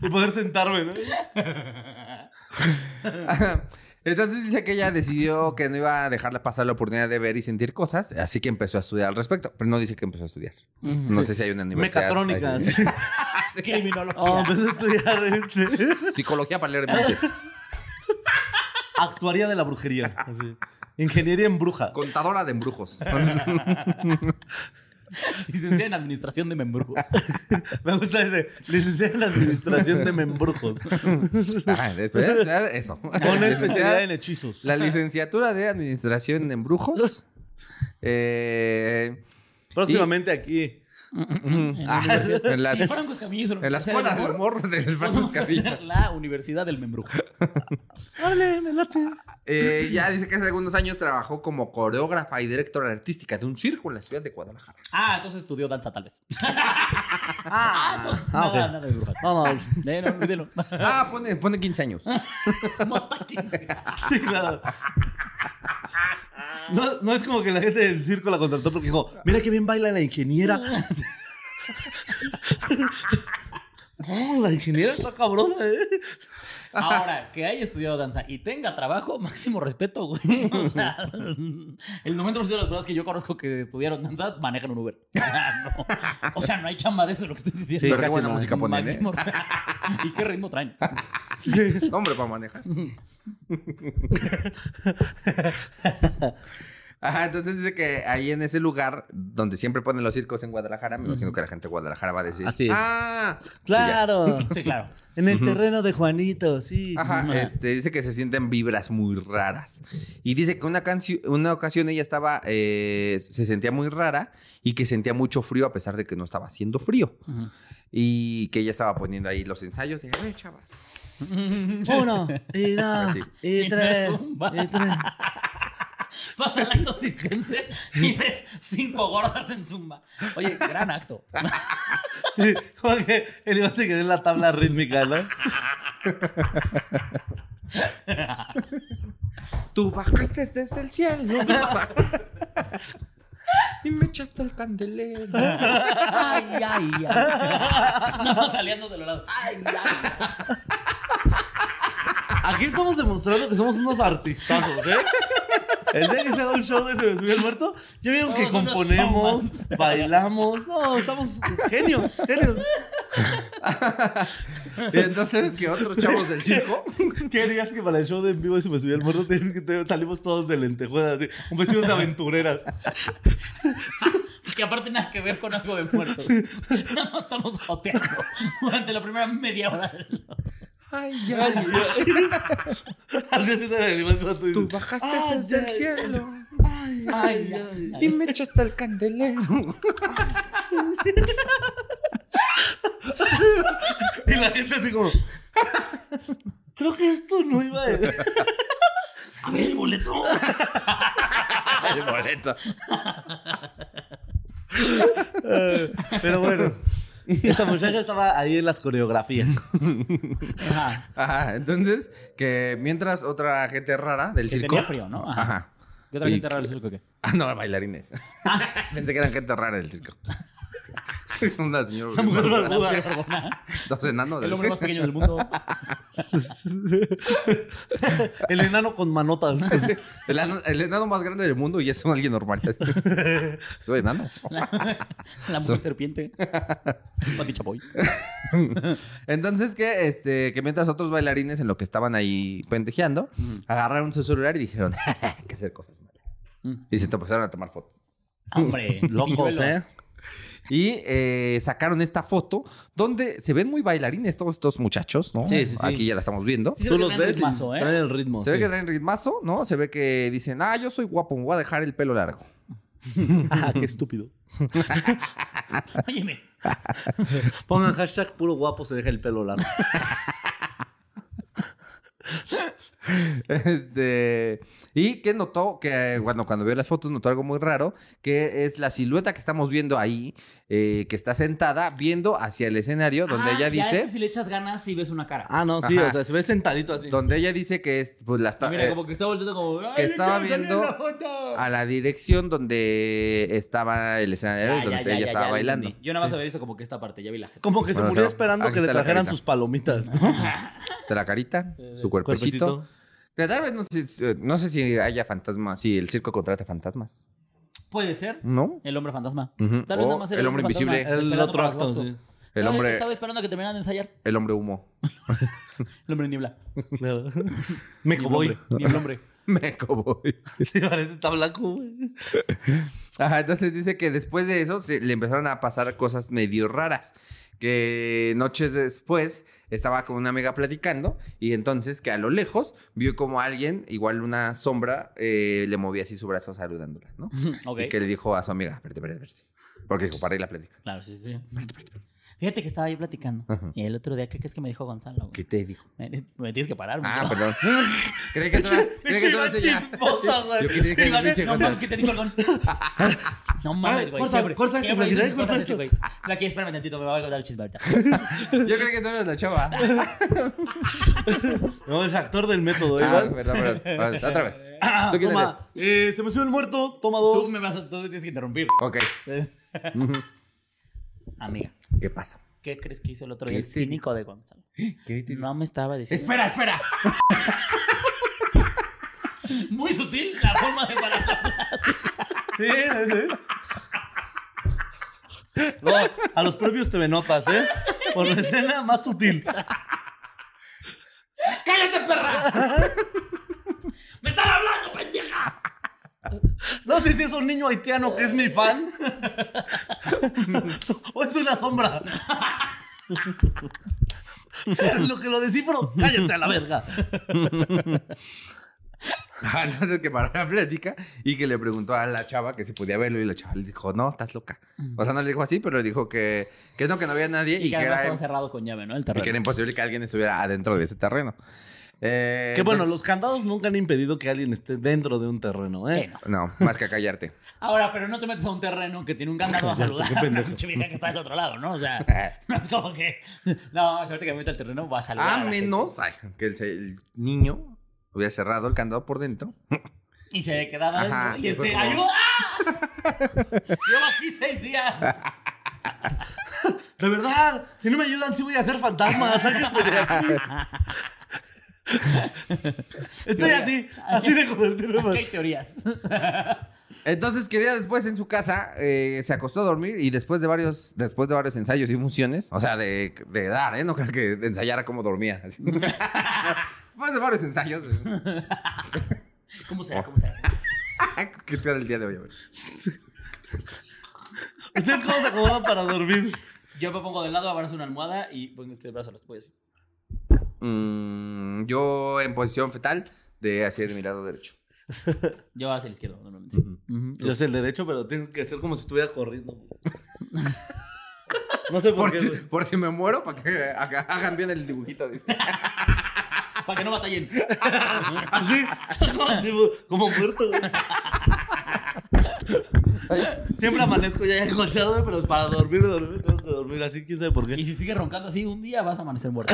Y poder sentarme, ¿no? Entonces dice que ella decidió que no iba a dejarla pasar la oportunidad de ver y sentir cosas, así que empezó a estudiar al respecto. Pero no dice que empezó a estudiar. No sé si hay una universidad. Mecatrónica. Ay, sí. Criminología. Oh, empezó a estudiar este, Psicología para leer mentes. actuaría de la brujería. así. Ingeniería en bruja. Contadora de embrujos. Licenciada en administración de membrujos. Me gusta ese. Licenciada en administración de membrujos. Ajá, después, eh, eso. Con La especialidad licenciatura- en hechizos. La licenciatura de administración en brujos. Eh, Próximamente aquí. En la ah, universidad. en las, Si le fueran Cuscamillos, en la universidad escuela del del humor, morro del Franco Podemos Escamilla. hacer la Universidad del Membrujo. Órale, me late. Eh, ya dice que hace algunos años trabajó como coreógrafa y directora artística de un circo en la ciudad de Guadalajara. Ah, entonces estudió danza tal vez. Ah, Pues, ah, nada, ok. Ah. nada de brujas. No, no. Eh, no, olvídelo. Ah, pone, pone 15 años. Mota 15. Sí, claro. No, no es como que la gente del circo la contrató porque dijo, mira qué bien baila la ingeniera. No, la ingeniera está cabrona, ¿eh? Ahora, que haya estudiado danza y tenga trabajo, máximo respeto, güey. O sea, el 90% de las personas que yo conozco que estudiaron danza manejan un Uber. Ah, No. O sea, no hay chamba de eso, es lo que estoy diciendo. Sí, pero qué casi buena no, música ponen, ¿eh? Máximo- ¿Y qué ritmo traen? Hombre, para manejar. Ajá, entonces dice que ahí en ese lugar donde siempre ponen los circos en Guadalajara, me imagino que la gente de Guadalajara va a decir. Así es. Ah, Claro. Sí, claro. En el terreno de Juanito, sí. Y ya. Ajá, Ajá. este, dice que se sienten vibras muy raras. Y dice que una, cancio- una ocasión ella estaba, eh, se sentía muy rara y que sentía mucho frío a pesar de que no estaba haciendo frío. Y que ella estaba poniendo ahí los ensayos de, a ver, chavas, Uno, y dos, Sí. y Sí, no tres, es zumba. y tres. Vas al acto circense y ves cinco gordas en zumba. Oye, gran acto. Sí, como que él iba a seguir en la tabla rítmica, ¿no? Tú bajaste desde el cielo. y me echaste el candelero. Ay, ay, ay. Nada más saliendo de los lados. Ay, ay. Aquí estamos demostrando que somos unos artistazos, ¿eh? El día que se haga un show de Se me subió el muerto, ya vieron que Somos unos componemos, showmans. bailamos. No, estamos genios, genios. Y entonces, que otros chavos del circo. ¿Qué digas que para el show de en vivo de Se me subió el muerto tienes que te- salimos todos de lentejuelas, así, con vestidos de aventureras? Que aparte nada que ver con algo de muertos. Nada más estamos joteando durante la primera media hora. Ay, ya. Así haciendo el animal cuando tú Tú dices, bajaste Ay, desde el ya. cielo. ay, ay. Y me echaste el candelero. la gente así como. Creo que esto no iba a. A ver, el boleto. El boleto. Pero bueno. Esta muchacha estaba ahí en las coreografías. Ajá. Ajá, entonces, que mientras otra gente rara del Que circo. tenía frío, ¿no? Ajá. Ajá. ¿Qué otra Y gente que- rara Ah. del circo qué? Ah, no, bailarines. Pensé que eran gente rara del circo. Es una señora. La mujer barbuda. Dos enanos. El hombre más pequeño del mundo. El enano con manotas. El, ano- el enano más grande del mundo y es un alguien normal. Soy enano. La, la mujer serpiente. Pati Chapoy. Entonces que, este, que mientras otros bailarines en lo que estaban ahí pendejeando, agarraron su celular y dijeron, hay que hacer cosas malas. Mm. Y se empezaron a tomar fotos. Hombre. Locos, pilluelos. ¿eh? Y eh, sacaron esta foto donde se ven muy bailarines todos estos muchachos, ¿no? Sí, sí, sí. Aquí ya la estamos viendo. Sí, se ve que traen ritmazo, ¿eh? traen el ritmo. se ve sí. que traen ritmazo, ¿no? Se ve que dicen, ah, yo soy guapo, me voy a dejar el pelo largo. Ah, qué estúpido. Óyeme. Pongan hashtag puro guapo se deja el pelo largo. Este, y que notó que, bueno, cuando vio las fotos notó algo muy raro, que es la silueta que estamos viendo ahí, eh, que está sentada viendo hacia el escenario, donde Ah, ella ya dice, Es que si le echas ganas, sí ves una cara. Ah, no, sí, Ajá. o sea, se ve sentadito así. donde ella dice que es, pues la está... Y Mira, eh, como que está volteando como... "Ay, que le estaba quiero salir viendo Ah, la foto". a la dirección donde estaba el escenario y Ah, Ya, donde ya, ya, ella ya, estaba ya lo bailando. entendí. Yo nada más había visto como que esta parte, ya vi la gente. Como que se Bueno, murió pero esperando aquí que le está la trajeran carita. sus palomitas, ¿no? De la carita, su cuerpecito. Que Tal vez no sé, no sé si haya fantasmas, si el circo contrata fantasmas, Puede ser ¿no? el hombre fantasma. Ujú. Tal vez O nada más era el hombre fantasma invisible. esperando El otro para su acto, acto. sí. El Estaba- hombre, Estaba esperando que terminaran de ensayar. el hombre humo. El hombre niebla. Claro. Ni Me el hombre. coboy. Ni el hombre. Me voy. Sí, parece está blanco, güey. Ajá, entonces dice que después de eso se- le empezaron a pasar cosas medio raras. Que noches después estaba con una amiga platicando y entonces que a lo lejos vio como alguien, igual una sombra, eh, le movía así su brazo saludándola, ¿no? Ok. Y que le dijo a su amiga, verte, verte, verte. Porque dijo, para ir la plática. Claro, sí, sí. Fíjate que estaba yo platicando. Ajá. Y el otro día, ¿qué crees que me dijo Gonzalo? güey? ¿Qué te dijo? Me, me tienes que parar, Ah, mucho. perdón. Creí que tú eras- creí que tú eras ella. chismosa, güey. Yo creí que Iván, era pinche no Gonzalo. mames, ¿qué te dijo el Gon? No Ah, mames, güey. corta, siempre- corta esto, siempre güey, dices, corta corta esto. esto, güey. La que espérame tantito, me va a contar el chisme ahorita. Yo creí que tú eras la chava. No, es actor del método, Ah, igual. perdón, perdón. Vale, Otra vez. ¿Tú quién eres? Toma, eh, se me subió el muerto, toma dos. Tú me vas a, tú me tienes que interrumpir. Ok. Ujú. Amiga, ¿Qué pasa? ¿qué crees que hizo el otro ¿Qué día el te dijo? cínico de Gonzalo? ¿Qué te- No me estaba diciendo. Espera, espera. Muy sutil la forma de parar. Sí, sí. No, a los propios te notas, ¿eh? Por la escena más sutil. ¡Cállate, perra! ¡Me están hablando, pendeja! No sé si es un niño haitiano que es mi fan. o es una sombra. lo que lo descifro, cállate a la verga. Ah, Entonces que paró la plática y que le preguntó a la chava que si podía verlo y la chava le dijo, no, estás loca. O sea, no le dijo así, pero le dijo que, que no, que no había nadie y, Y que que además estaba era, cerrado con llave, ¿no? El y que era terreno. imposible que alguien estuviera adentro de ese terreno. Eh, Que bueno, los entonces- candados nunca han impedido que alguien esté dentro de un terreno, Sí, ¿eh? no. No, más que callarte. Ahora, pero no te metes a un terreno que tiene un candado a saludar a qué una pendejo. pinche vieja que está del otro lado, ¿no? O sea, no es como que. No, ahorita que me meto al terreno, va a saludar. A Ah, la gente. menos ay, que el, el niño hubiera cerrado el candado por dentro. Y se había quedado Ajá, adentro, Y y fue este, como- ¡ayuda! Llevo aquí seis días. De verdad, si no me ayudan, sí voy a ser fantasma. Sáquenme de aquí. Estoy así, así de convertirme Aquí hay teorías. Entonces que ya después en su casa eh, se acostó a dormir y después de varios después de varios ensayos y funciones, o sea, de, de dar, ¿eh? No creo que ensayara cómo dormía. así. después de varios ensayos. eh, ¿Cómo será? ¿Cómo será? ¿Qué tal el día de hoy? A ver. ¿Ustedes cómo se acomodan para dormir? Yo me pongo de lado, abrazo una almohada y pongo este brazo a los pies. Mm, yo en posición fetal de hacia de mi lado derecho. Yo hacia el izquierdo, normalmente. Yo sé el derecho, pero tengo que hacer como si estuviera corriendo. No sé por, Por qué. si, güey. por si me muero, para que haga- hagan bien el dibujito. dice. Para que no batallen. Así, así, güey, como muerto, güey. Siempre amanezco ya colchado, güey, pero para dormir, dormir, tengo que dormir así, quién sabe por Y qué. si sigues roncando así, un día vas a amanecer muerto.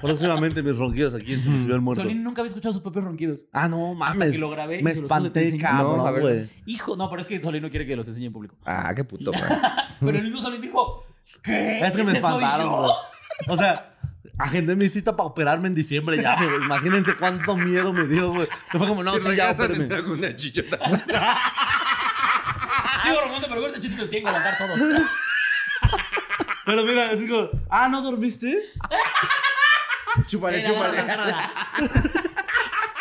Próximamente mis ronquidos aquí en su ciudad muerto. Solín nunca había escuchado sus propios ronquidos. Ah, no, mames. que lo grabé y me se los puse a espanté, ti, no, a ver. cabrón, güey. Hijo, no, pero es que Solín no quiere que los enseñe en público. Ah, qué puto, güey. Pero el mismo Solín dijo, ¿qué? Es que me ¿Ese soy espantaron, yo?". güey. O sea, agendé mi cita para operarme en diciembre ya, güey. Imagínense cuánto miedo me dio, güey. Yo fue como, no, Y sí, ya, regresan opéreme. en una chichota. Ah, Sigo roncando, pero ese chiste que lo tienen que aguantar todos. Pero mira, es como, ah, ¿no dormiste? Chúpale, Ven, agarra la chúpale. entrada.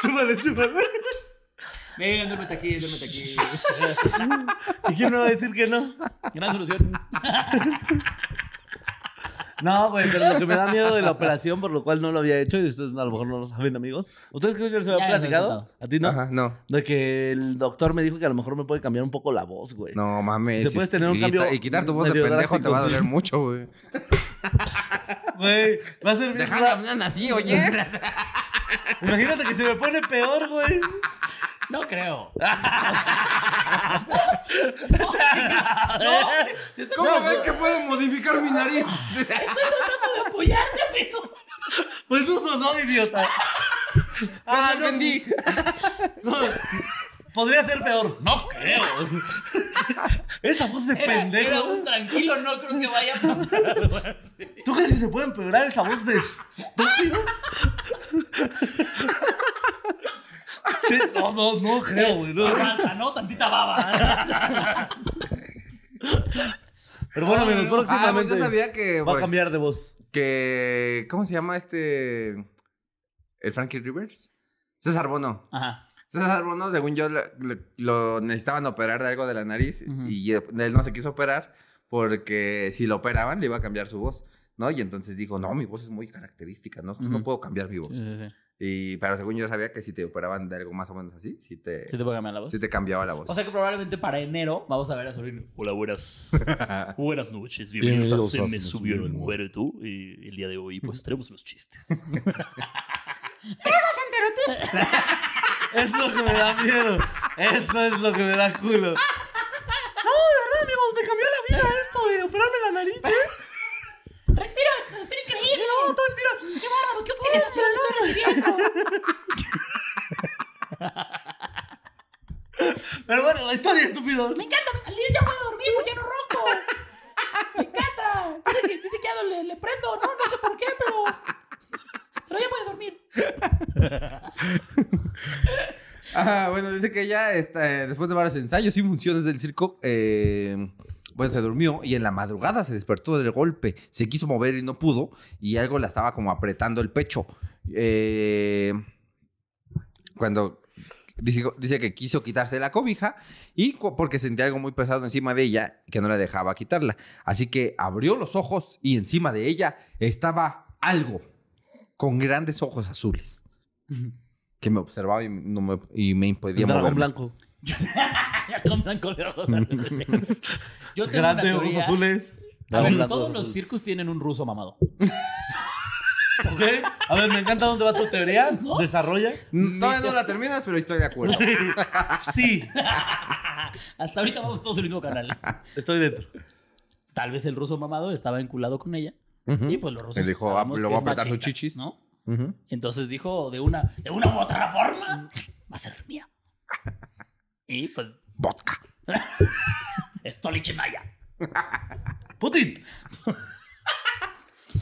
Chúpale, chúpale. Ven, duérmete aquí, duérmete aquí. ¿Y quién me va a decir que no? Gran solución. No, güey, pero lo que me da miedo de la operación, por lo cual no lo había hecho, y ustedes a lo mejor no lo saben, amigos. ¿Ustedes creen que se Ya había les he platicado? contado. ¿A ti no? Ajá, no. De que el doctor me dijo que a lo mejor me puede cambiar un poco la voz, güey. No mames. Se puede y- tener un y cambio ta- Y quitar tu voz de medio pendejo te va a drástico, sí. doler mucho, güey. Güey, va a ser bien Dejar raro. hablar así, oye. Imagínate que se me pone peor, güey. No creo. O sea, no, chica, no, te estoy ¿Cómo ven que puedo modificar mi nariz? tratando de apoyarte, amigo. Pues no sonó, idiota. Ah, entendí. No, podría ser peor. No creo. Esa voz de Era, era pendejo. un tranquilo, no creo que vaya a pasar algo así. ¿Tú crees que se puede empeorar esa voz de estúpido? Sí, no, no, no creo, güey. no. Falta, ¿no? Tantita baba. Pero bueno, amigos, Ah, pues próximamente yo sabía que. va a por- cambiar de voz. que ¿Cómo se llama este. El Frankie Rivers? César Bono. Ajá. César Bono, según yo, le- le- lo, necesitaban operar de algo de la nariz Ujú. y eh, él no se quiso operar porque si lo operaban le iba a cambiar su voz, ¿no? Y entonces dijo, no, mi voz es muy característica, ¿no? No Ujú. puedo cambiar mi voz. sí, sí. Y, pero según yo sabía que si te operaban de algo más o menos así, si te, ¿Sí te puede cambiar la voz? sí te cambiaba la voz. O sea que probablemente para enero vamos a ver a Solino. Hola, buenas. Buenas noches, bienvenidos, Bienvenidos a Se a me Se Me subió Subió el el muerto. Y el día de hoy, pues tenemos unos chistes. Eh. Es lo que me da miedo. Eso es lo que me da culo. No, de verdad, amigos, me cambió la vida esto de operarme la nariz, ¿eh? Respiro, respiro increíble. No, todo respira. Qué bárbaro, qué oxigenación estoy recibiendo. Pero bueno, la historia, estúpido. Me encanta, me- Liz ya puede dormir porque ya no ronco. Me encanta. Dice que, dice que ya no le, le prendo. No, no sé por qué, pero. Pero ya puede dormir. Ah, bueno, dice que ya está, eh, después de varios ensayos y funciones del circo, eh, bueno, se durmió y en la madrugada se despertó del golpe. Se quiso mover y no pudo y algo la estaba como apretando el pecho. Eh, cuando dice, dice que quiso quitarse la cobija y cu- porque sentía algo muy pesado encima de ella que no la dejaba quitarla. Así que abrió los ojos y encima de ella estaba algo con grandes ojos azules que me observaba y no me, y me impedía El dragón moverme. blanco. Con blanco de ojos azules. Yo tengo una Grande, ojos teoría. azules. A dragón ver, blanco, todos ojos los azules. circos tienen un ruso mamado. Ok, a ver, me encanta dónde va tu teoría. Desarrolla. Mm, Todavía no la terminas, pero estoy de acuerdo. Sí, Hasta ahorita vamos todos al mismo canal. estoy dentro. Tal vez el ruso mamado estaba vinculado con ella. Y pues los rusos Él dijo, sabemos "Ah, lo voy que a es apretar sus machista, chichis". ¿no? Ujú. Entonces dijo, de una, de una u otra forma, va a ser mía. Y pues, Vodka. es Tolichinaya. Putin.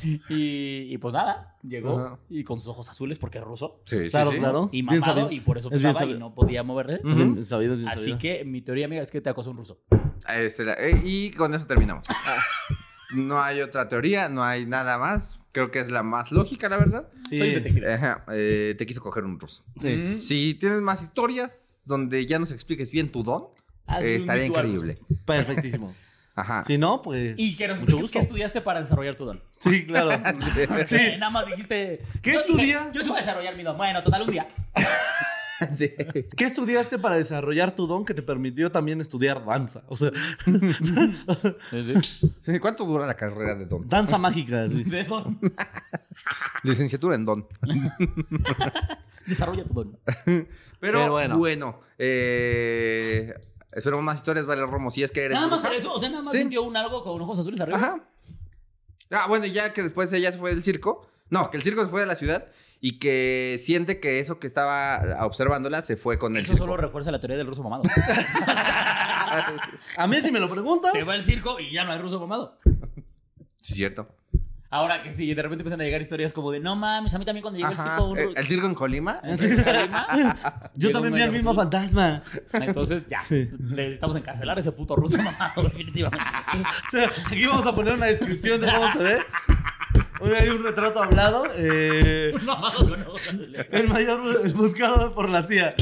Y, y pues nada, llegó Ajá. y con sus ojos azules porque es ruso. Sí, sí, Claro, sí. claro. Y Bien mamado sabido. y por eso Es bien pisaba y sabido. no podía moverse. Es bien sabido, es bien Así sabido. que mi teoría, amiga, es que te acosó un ruso. Eh, se la- eh, y con eso terminamos. No hay otra teoría, no hay nada más. Creo que es la más lógica, la verdad. Sí. Soy detective. Mm. Ajá, eh, te quiso coger un ruso. Sí. Si tienes más historias donde ya nos expliques bien tu don, Hazle eh, un estaría ritual ruso. increíble. Perfectísimo. Ajá. Si no, pues. Y que nos mucho expliques qué gusto. estudiaste para desarrollar tu don. Sí, claro. Porque Nada más dijiste. ¿Qué yo dije, estudias? yo sí voy a desarrollar mi don. Bueno, total, un día. Sí. ¿Qué estudiaste para desarrollar tu don que te permitió también estudiar danza? O sea, Sí, ¿Cuánto dura la carrera de don? danza mágica. así. De don. Licenciatura en don. Desarrolla tu don. Pero, Pero bueno. bueno, eh, esperamos más historias, Vale Romo, si es que eres... Nada más bruja. eso, o sea, nada más Sí. sintió un algo con ojos azules arriba. Ajá. Ah, bueno, y ya que después ella se fue del circo. No, que el circo se fue de la ciudad y que siente que eso que estaba observándola se fue con el Eso circo. solo refuerza la teoría del ruso mamado. A mí si me lo preguntas, Se va al circo y ya no hay ruso mamado. Sí, cierto. Ahora que sí, de repente empiezan a llegar historias como de no mames, a mí también cuando llegó el Ajá. circo un Eh, ¿El circo en Colima? ¿En serio, Colima? yo Llegó también un vi al negro mismo azul. fantasma. Entonces ya, Sí. necesitamos encarcelar a ese puto ruso mamado definitivamente. O sea, aquí vamos a poner una descripción de cómo se ve. Hoy hay un retrato hablado. eh, No, no, no, no. el mayor el buscado por la CIA.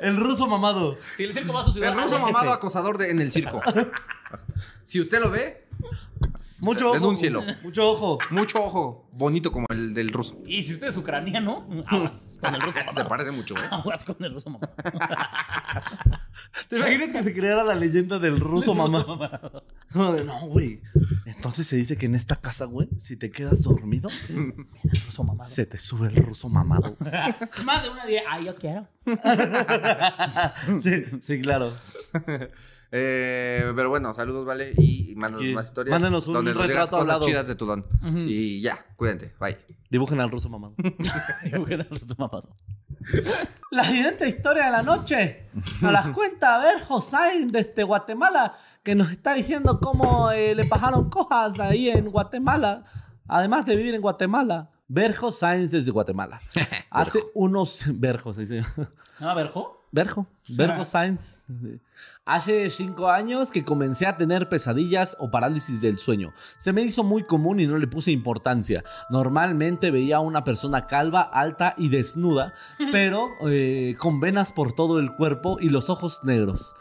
El ruso mamado. Si el circo va a su ciudad. El ruso aléjese. mamado acosador de- en el circo. si usted lo ve, Mucho ojo. Denúncielo. Mucho ojo. mucho ojo. Bonito como el del ruso. Y si usted es ucraniano, aguas con el ruso Se mamado. parece mucho, ¿eh? Aguas con el ruso mamado. ¿Te imaginas que se creara la leyenda del ruso mamado? Como de, No, güey. Entonces se dice que en esta casa, güey, si te quedas dormido, El ruso mamado. se te sube el ruso mamado. Más de una día, ay, yo quiero. Sí, sí, claro. Eh, pero bueno, saludos, vale. Y mándanos Aquí. más historias. Mándanos un donde nos digas retrato cosas hablado. chidas de tu don. Y ya, cuídate. Bye. Dibujen al ruso mamado. Dibujen al ruso mamado. La siguiente historia de la noche nos las cuenta a ver Josain desde Guatemala, que nos está diciendo cómo eh, le pasaron cosas ahí en Guatemala, además de vivir en Guatemala. Berjo Sainz desde Guatemala. Hace unos... Berjo, sí, sí. ¿No, Berjo? Berjo. Berjo Sainz. Hace cinco años que comencé a tener pesadillas o parálisis del sueño. Se me hizo muy común y no le puse importancia. Normalmente veía a una persona calva, alta y desnuda, pero eh, con venas por todo el cuerpo y los ojos negros.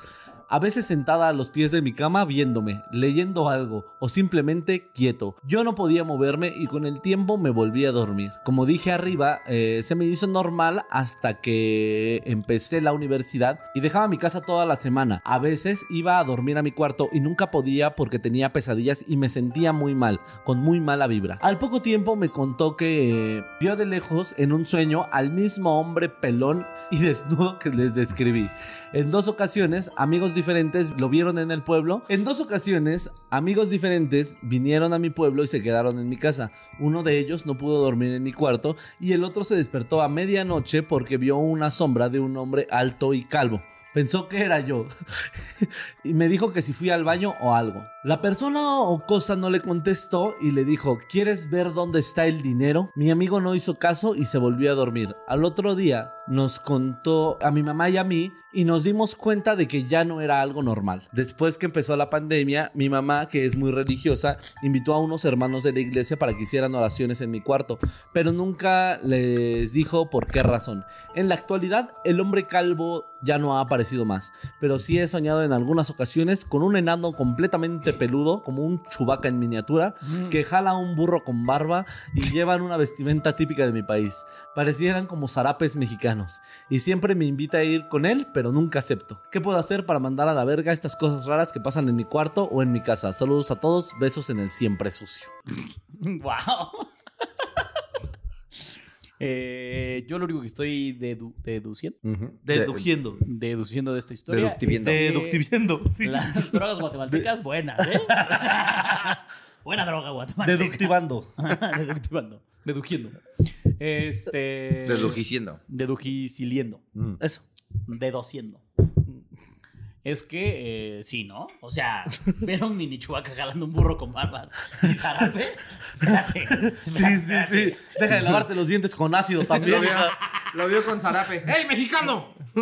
A veces sentada a los pies de mi cama viéndome, leyendo algo o simplemente quieto. Yo no podía moverme y con el tiempo me volví a dormir. Como dije arriba, eh, se me hizo normal hasta que empecé la universidad y dejaba mi casa toda la semana. A veces iba a dormir a mi cuarto y nunca podía porque tenía pesadillas y me sentía muy mal, con muy mala vibra. Al poco tiempo me contó que eh, vio de lejos en un sueño al mismo hombre pelón y desnudo que les describí. En dos ocasiones, amigos diferentes lo vieron en el pueblo. En dos ocasiones, amigos diferentes vinieron a mi pueblo y se quedaron en mi casa. Uno de ellos no pudo dormir en mi cuarto y el otro se despertó a medianoche porque vio una sombra de un hombre alto y calvo. Pensó que era yo y me dijo que si fui al baño o algo. La persona o cosa no le contestó y le dijo, ¿quieres ver dónde está el dinero? Mi amigo no hizo caso y se volvió a dormir. Al otro día nos contó a mi mamá y a mí y nos dimos cuenta de que ya no era algo normal. Después que empezó la pandemia, mi mamá, que es muy religiosa, invitó a unos hermanos de la iglesia para que hicieran oraciones en mi cuarto, pero nunca les dijo por qué razón. En la actualidad, el hombre calvo ya no ha aparecido más, pero sí he soñado en algunas ocasiones con un enano completamente peludo, como un chubaca en miniatura, Mm. que jala a un burro con barba y llevan una vestimenta típica de mi país. Parecieran como zarapes mexicanos. Y siempre me invita a ir con él, pero nunca acepto. ¿Qué puedo hacer para mandar a la verga estas cosas raras que pasan en mi cuarto o en mi casa? Saludos a todos, besos en el siempre sucio. Wow. Eh, yo lo único que estoy dedu- deduciendo, Deduciendo. deduciendo de esta historia Deductiviendo. es que Deductiviendo, sí. las drogas guatemaltecas buenas, ¿eh? Buena droga guatemalteca. Deductivando. Deductivando. Dedujiendo. Este. Deslujiciendo. Dedujiciliendo. Eso. Dedociendo. Es que, eh, sí, ¿no? O sea, ver a un mini chubaca jalando un burro con barbas y zarape. Espérate. Sí, sí, sí. Deja de lavarte los dientes con ácido Lo también. vio, lo vio con zarape. ¡Ey, mexicano!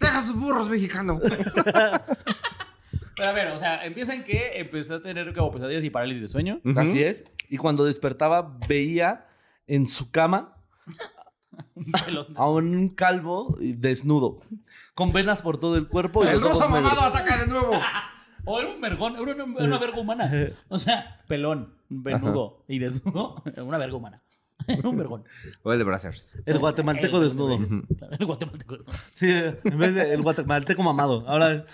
Deja sus burros, mexicano. Pero a ver, o sea, empiezan que empezó a tener como pesadillas y parálisis de sueño. Así es. Y cuando despertaba, veía en su cama Un pelón. a un calvo desnudo, con venas por todo el cuerpo. y El los ojos ruso negros. mamado ataca de nuevo. O era un vergón, era una, era una verga humana. O sea, pelón, venudo y desnudo, era una verga humana. Un vergón. O el de Brazzers. El guatemalteco desnudo. El guatemalteco es- Sí, en vez de el guatemalteco mamado. Ahora,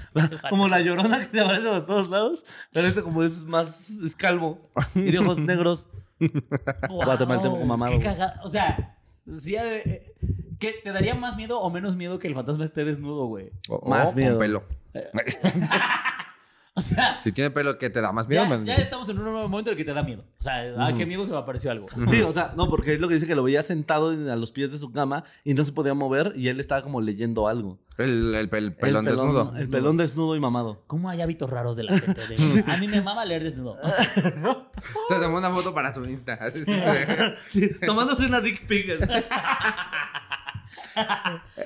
como la llorona que te aparece por todos lados, pero este como es más es calvo y de ojos negros. Guau, Guatemalteco mamado, qué güey. caga- O sea, sí, ha de- eh, ¿qué, ¿te daría más miedo o menos miedo que el fantasma esté desnudo, güey? O, Más Más Eh. miedo. con pelo. O sea, si tiene pelo, ¿qué te da? ¿Más miedo? ya, Más- ya estamos en un nuevo momento en el que te da miedo. O sea, ah, qué miedo se me apareció algo. Sí, o sea, no, porque es lo que dice que lo veía sentado en- a los pies de su cama y no se podía mover y él estaba como leyendo algo. El, el pel- pelón el pelón, desnudo. El pelón desnudo y mamado. ¿Cómo hay hábitos raros de la gente? De- a mí me amaba leer desnudo. Se tomó una foto para su Insta. así. Sí, tomándose una dick pic.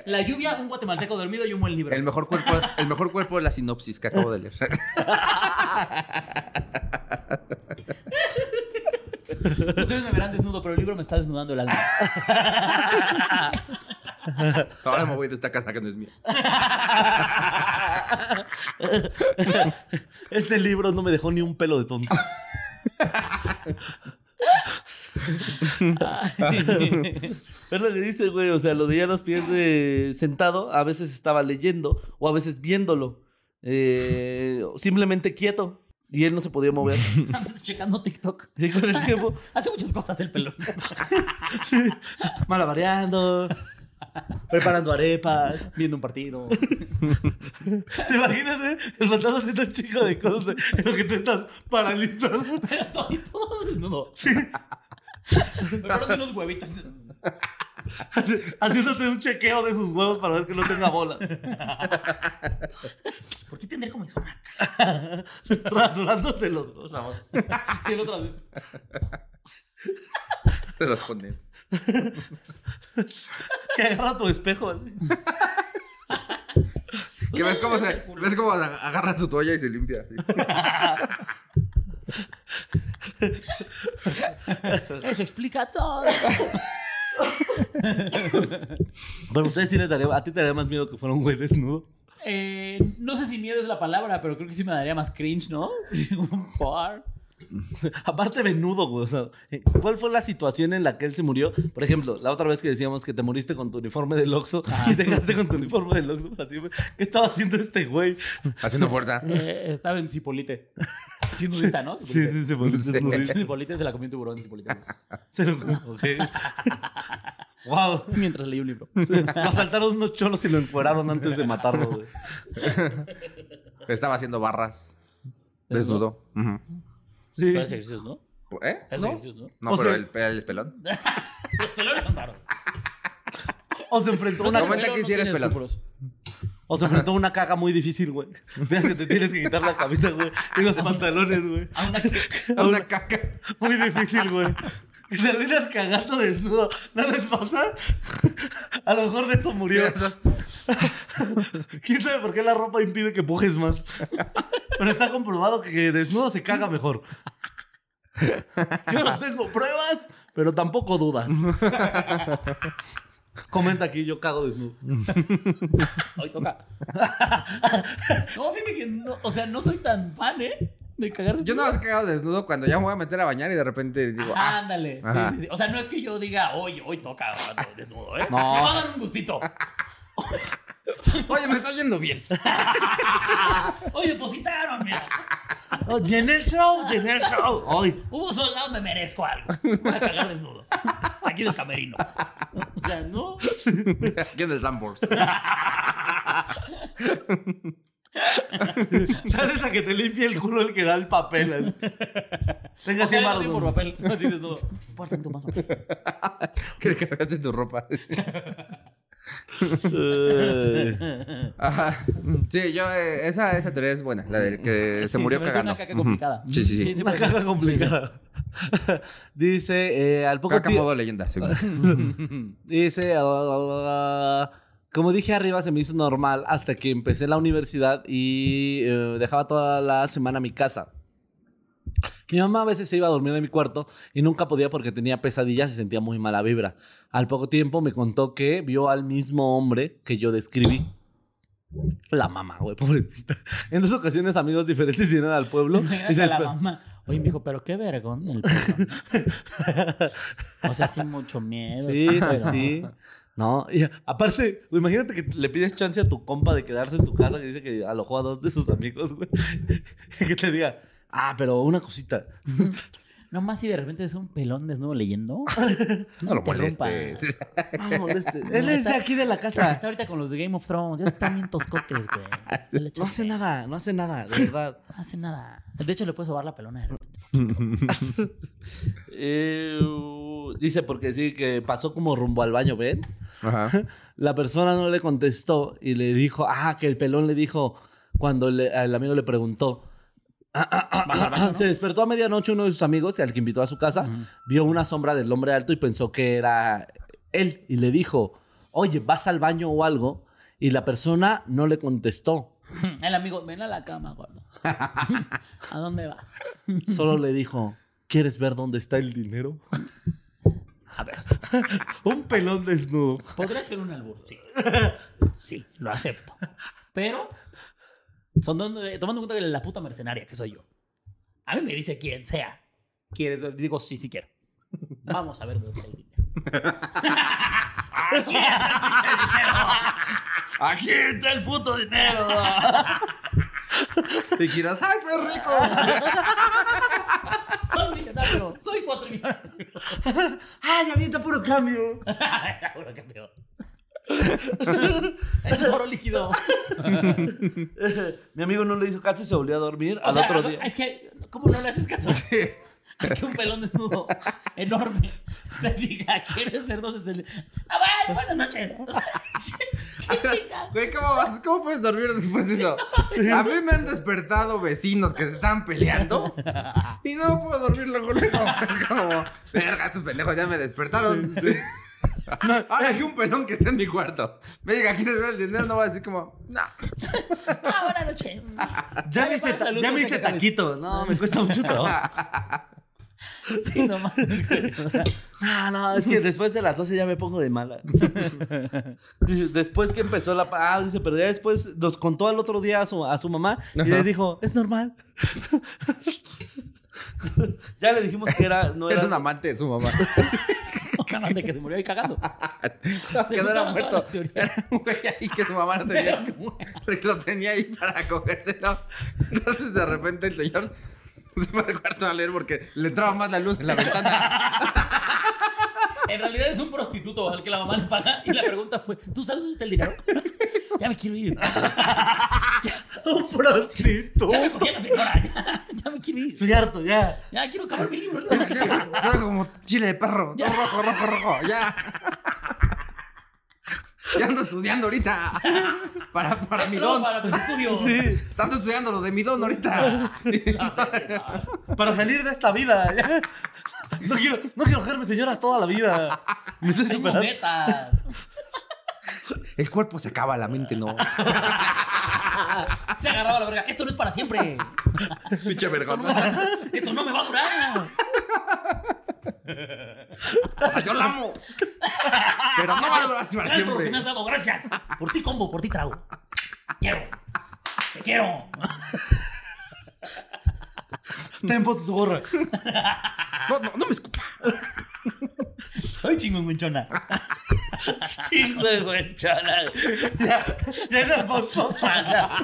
La lluvia, un guatemalteco dormido y un buen libro. el, mejor cuerpo, el mejor cuerpo es la sinopsis que acabo de leer. Ustedes me verán desnudo, pero el libro me está desnudando el alma. Ahora me voy de esta casa que no es mía. Este libro no me dejó ni un pelo de tonto. Pero lo que dice, güey, o sea, lo de ya los pies de sentado, a veces estaba leyendo o a veces viéndolo, eh, simplemente quieto y él no se podía mover. Andas checando TikTok. Y con el tiempo, Hace muchas cosas el pelón. malabareando, preparando arepas. Viendo un partido. ¿Te imaginas, eh? El fantasma haciendo un chico de cosas en lo que tú estás paralizado. Pero todo, y todo desnudo. Me parece unos huevitos. Haciéndote un chequeo de sus huevos para ver que no tenga bolas. ¿Por qué tendré como eso? Rasurándote los dos, amor. Y el otro. Se los pones. Que agarra tu espejo. así. Que ves cómo se. Ves cómo ag- agarra tu toalla y se limpia. así. Eso explica todo. Pero ustedes sí les daría. A ti te daría más miedo que fuera un güey desnudo. Eh, no sé si miedo es la palabra, pero creo que sí me daría más cringe, ¿no? Un par. Aparte, venudo, güey. O sea, eh, ¿cuál fue la situación en la que él se murió? Por ejemplo, la otra vez que decíamos que te moriste con tu uniforme del Oxxo y te quedaste con tu uniforme del Oxxo para siempre. ¿Qué estaba haciendo este güey? Haciendo fuerza. Eh, estaba en Cipolite. Sí, nudista, ¿no? Sí, sí, se volvió Sí. desnudista. Cipolite se la comió un tiburón. Cipolite. Se lo coge. ¡Wow! Mientras leí un libro. Lo asaltaron unos cholos y lo encueraron antes de matarlo, güey. Estaba haciendo barras. Desnudo. Sí. Pero hace ejercicios, ¿no? Ujú. ¿Eh? Hace No, ejercicios, ¿no? No, O pero sea- el, pero el es pelón. Los pelones son raros. O se enfrentó a una Comenta que si eres tiene pelón. escrúpulos. O se enfrentó a una caga muy difícil, güey. Veas que te tienes que quitar la camisa, güey. Y los pantalones, güey. A Ah, una que- Una caca. Muy difícil, güey. Y terminas cagando desnudo. ¿No les pasa? A lo mejor de eso murió. Mira, estás- ¿Quién sabe por qué la ropa impide que pujes más? Pero está comprobado que desnudo se caga mejor. Yo no tengo pruebas, pero tampoco dudas. Comenta aquí, yo cago desnudo. Hoy toca. no, fíjate que no, o sea, no soy tan fan, ¿eh? De cagar. Yo no más he cagado desnudo cuando ya me voy a meter a bañar y de repente digo, Ah, ah, ándale. Sí, Ajá. sí, sí. O sea, no es que yo diga, hoy, hoy toca ah, desnudo, ¿eh? No. Me va a dar un gustito. oye, me está yendo bien. Hoy depositaron, mira. Oh, llené el show, llené el show. Ay, Hubo soldado, me merezco algo. Voy a cagar desnudo. Aquí del camerino. O sea, no. Aquí en el Sambors. ¿Sabes a que te limpie el culo el que da el papel? así? Tenga Así 100 lo baros. doy por hombre. papel. Así desnudo. Por tanto, más o menos. que le cargaste tu ropa. Eh, Ajá. Sí, yo, eh, esa, esa teoría es buena, la del que Mm. Sí, se murió se me fue cagando. una caca Ujú. complicada. Sí, sí, sí. Sí, sí. Una caja complicada. Dice, eh, al poco Caca tiempo. modo leyenda, según. Dice, ah, ah, ah, como dije arriba, se me hizo normal hasta que empecé la universidad y eh, dejaba toda la semana mi casa. Mi mamá a veces se iba a dormir en mi cuarto y nunca podía porque tenía pesadillas y sentía muy mala vibra. Al poco tiempo me contó que vio al mismo hombre que yo describí. La mamá, güey, pobrecita. En dos ocasiones amigos diferentes vinieron al pueblo y Imagínate se a la desper- mamá. Oye, me dijo, pero qué vergón el pelo. O sea, sí, mucho miedo. Sí, pues pero- sí. No, y aparte, güey, imagínate que le pides chance a tu compa de quedarse en tu casa que dice que alojó a dos de sus amigos, güey. Y que te diga, ah, pero una cosita. Nomás si de repente es un pelón desnudo leyendo. No lo te molestes. rompas. No me molestes. Él No, es de está- aquí de la Está casa. ahorita con los de Game of Thrones. Ya están bien toscotes, güey. Ya le No echan- hace nada, no hace nada, de verdad. No hace nada. De hecho, le puedes sobar la pelona de repente. Ew. Eh, dice porque sí, que pasó como rumbo al baño, ¿ven? Ajá. La persona no le contestó y le dijo, ah, que el pelón le dijo cuando le- el amigo le preguntó. "Ah, ah, ah, Vas al baño, ¿no? Se despertó a medianoche uno de sus amigos, al que invitó a su casa, vio una sombra del hombre alto y pensó que era él y le dijo, oye, vas al baño o algo. Y la persona no le contestó, El amigo, ven a la cama, gordo. ¿A dónde vas? solo le dijo, ¿quieres ver dónde está el dinero? A ver, Un pelón desnudo. podría ser un albur, sí. Sí, lo acepto. Pero, son donde- tomando en cuenta que la puta mercenaria que soy yo, a mí me dice quien sea. ¿Quieres ver? Digo, sí, sí quiero. Vamos a ver dónde está el dinero. Aquí está el puto dinero. Te giras, ¡ay, soy rico! Soy millonario, soy cuatro millonario. ¡Ay, ahorita puro cambio! Era puro cambio. Eso es oro líquido. Mi amigo no le hizo caso y se volvió a dormir O al sea, otro día. Es que, ¿cómo no le haces caso? Que un pelón desnudo enorme te diga, ¿quieres ver dónde está el.? ¡Ah, bueno, buenas noches! O sea, ¿qué, qué chingada? Güey, ¿cómo, vas? ¿Cómo puedes dormir después de eso? A mí me han despertado vecinos que se estaban peleando y no puedo dormir luego, luego. Es como, verga, estos pendejos ya me despertaron. eh. Ahora hay un pelón que está en mi cuarto. Me diga, ¿quieres ver el dinero? No voy a decir como, no. ¡Ah, buenas noches! Ya me le hice, pagas la ta- luz ya me ahorita hice que acabes. taquito. No, me cuesta mucho trabajo. Sí, no mames, güey. No, no, es que después de las 12 ya me pongo de mala. Dice, después que empezó la... pa- Ah, dice, pero ya después nos contó al otro día a su, a su mamá y Ajá. le dijo, es normal. ya le dijimos que era... No Era era... un amante de su mamá. Acaban de que se murió ahí cagando. No, Se que no era juntaban muerto. todas las teorías. Era un güey ahí que su mamá no tenía. Porque lo tenía ahí para cogérselo. Entonces de repente el señor se fue al cuarto a leer porque le entraba más la luz en la ventana. En realidad es un prostituto al que la mamá le paga y la pregunta fue, ¿tú sabes dónde está el dinero? Ya me quiero ir. un prostituto. Ya me cogí a la señora. Ya, ya me quiero ir. Estoy harto, ya. Ya quiero acabar mi libro. Era como chile de perro. Todo rojo, rojo, rojo. Ya. Ya ando estudiando ahorita. Para, para mi Esto no, don. Para mis estudios. Sí, Tanto estudiando lo de mi don ahorita. La verga. para salir de esta vida. ya. No quiero, no quiero cogerme señoras toda la vida. Me estoy Tengo superando. metas. El cuerpo se acaba, la mente no. Se agarraba la verga. Esto no es para siempre. Pinche Esto vergón. no, me va- esto no me va a durar. O sea, yo la amo. Pero no va a durar para Gracias por lo que siempre. me has dado. Gracias. Por ti combo, por ti trago. Quiero. Te quiero. Ten puesto tu gorra. No, no, no me escupa. Ay, chingüengüenchona. Chingo de guanchana. Ya, ya era fotosa, ya.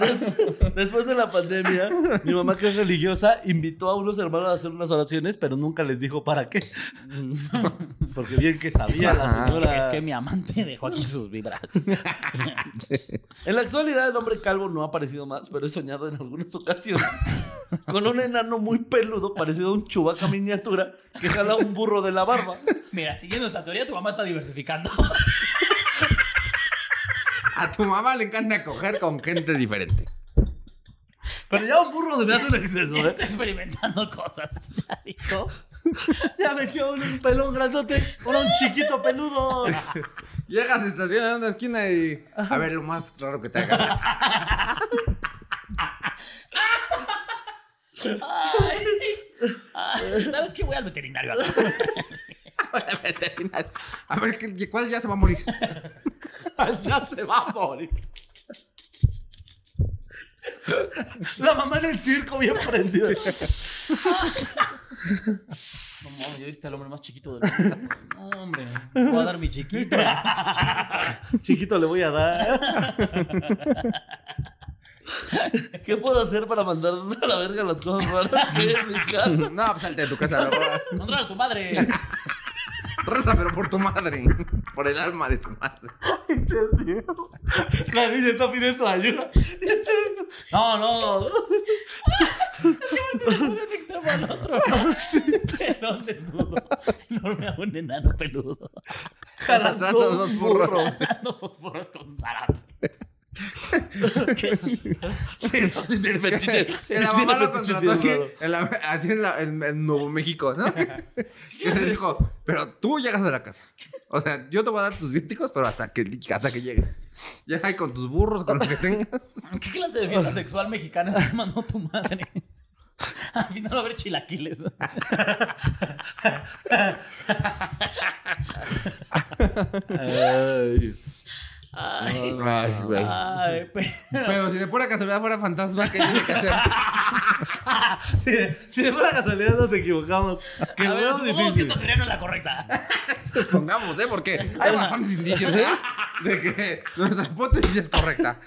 Des- Después de la pandemia, mi mamá que es religiosa invitó a unos hermanos a hacer unas oraciones, pero nunca les dijo para qué. Porque bien que sabía Ajá. la Es señora. mi amante dejó aquí sus vibras. En la actualidad el hombre calvo no ha aparecido más, pero he soñado en algunas ocasiones con un enano muy peludo parecido a un chubaca miniatura que jala un burro de la barba. Mira, siguiendo esta teoría, tu mamá está diversificando. A tu mamá le encanta coger con gente diferente. Pero ya un burro se me hace un exceso, Ya Este ¿eh? está experimentando cosas. Ya dijo. Ya me echó un pelón grandote, ahora un chiquito peludo. Llegas, estacionas en una esquina y. A ver, lo más raro que te hagas. Ay. Ay, ¿Sabes qué? Voy al veterinario. A ver, ¿qué- ¿cuál ya se va a morir? Ya se va a morir. La mamá en el circo, bien parecida. No mames, ya viste al hombre más chiquito del mundo. No, hombre, voy a dar mi chiquito. Chiquito le voy a dar. ¿Qué puedo hacer para mandar a la verga las cosas raras que es mi cara? No, pues salte de tu casa. no. Controla a tu madre. Reza, pero por tu madre. Por el alma de tu madre. La niña está pidiendo ayuda. No, no. de un extremo al otro. Pelón desnudo. Enorme a un enano peludo. Arrastrando dos burros. Dando fósforos con zarape. Qué chido. En la mamá lo contrató así, en la- así en, la- en- en Nuevo México, ¿no? Y le dijo, pero tú llegas a la casa. O sea, yo te voy a dar tus vícticos, pero hasta que, hasta que llegues. Llega ahí con tus burros, con lo que tengas. ¿Qué clase de fiesta sexual mexicana está mandó tu madre? Al final va a haber chilaquiles. Ay, Ay, güey. ay, pero... Pero si de pura casualidad fuera fantasma, ¿qué tiene que hacer? Ah, Si, si de pura casualidad nos equivocamos, que A lo ver, veo supongamos que difícil. esta teoría no es la correcta. Pongamos, ¿eh? Porque hay bastantes indicios, ¿eh? De que nuestra hipótesis es correcta.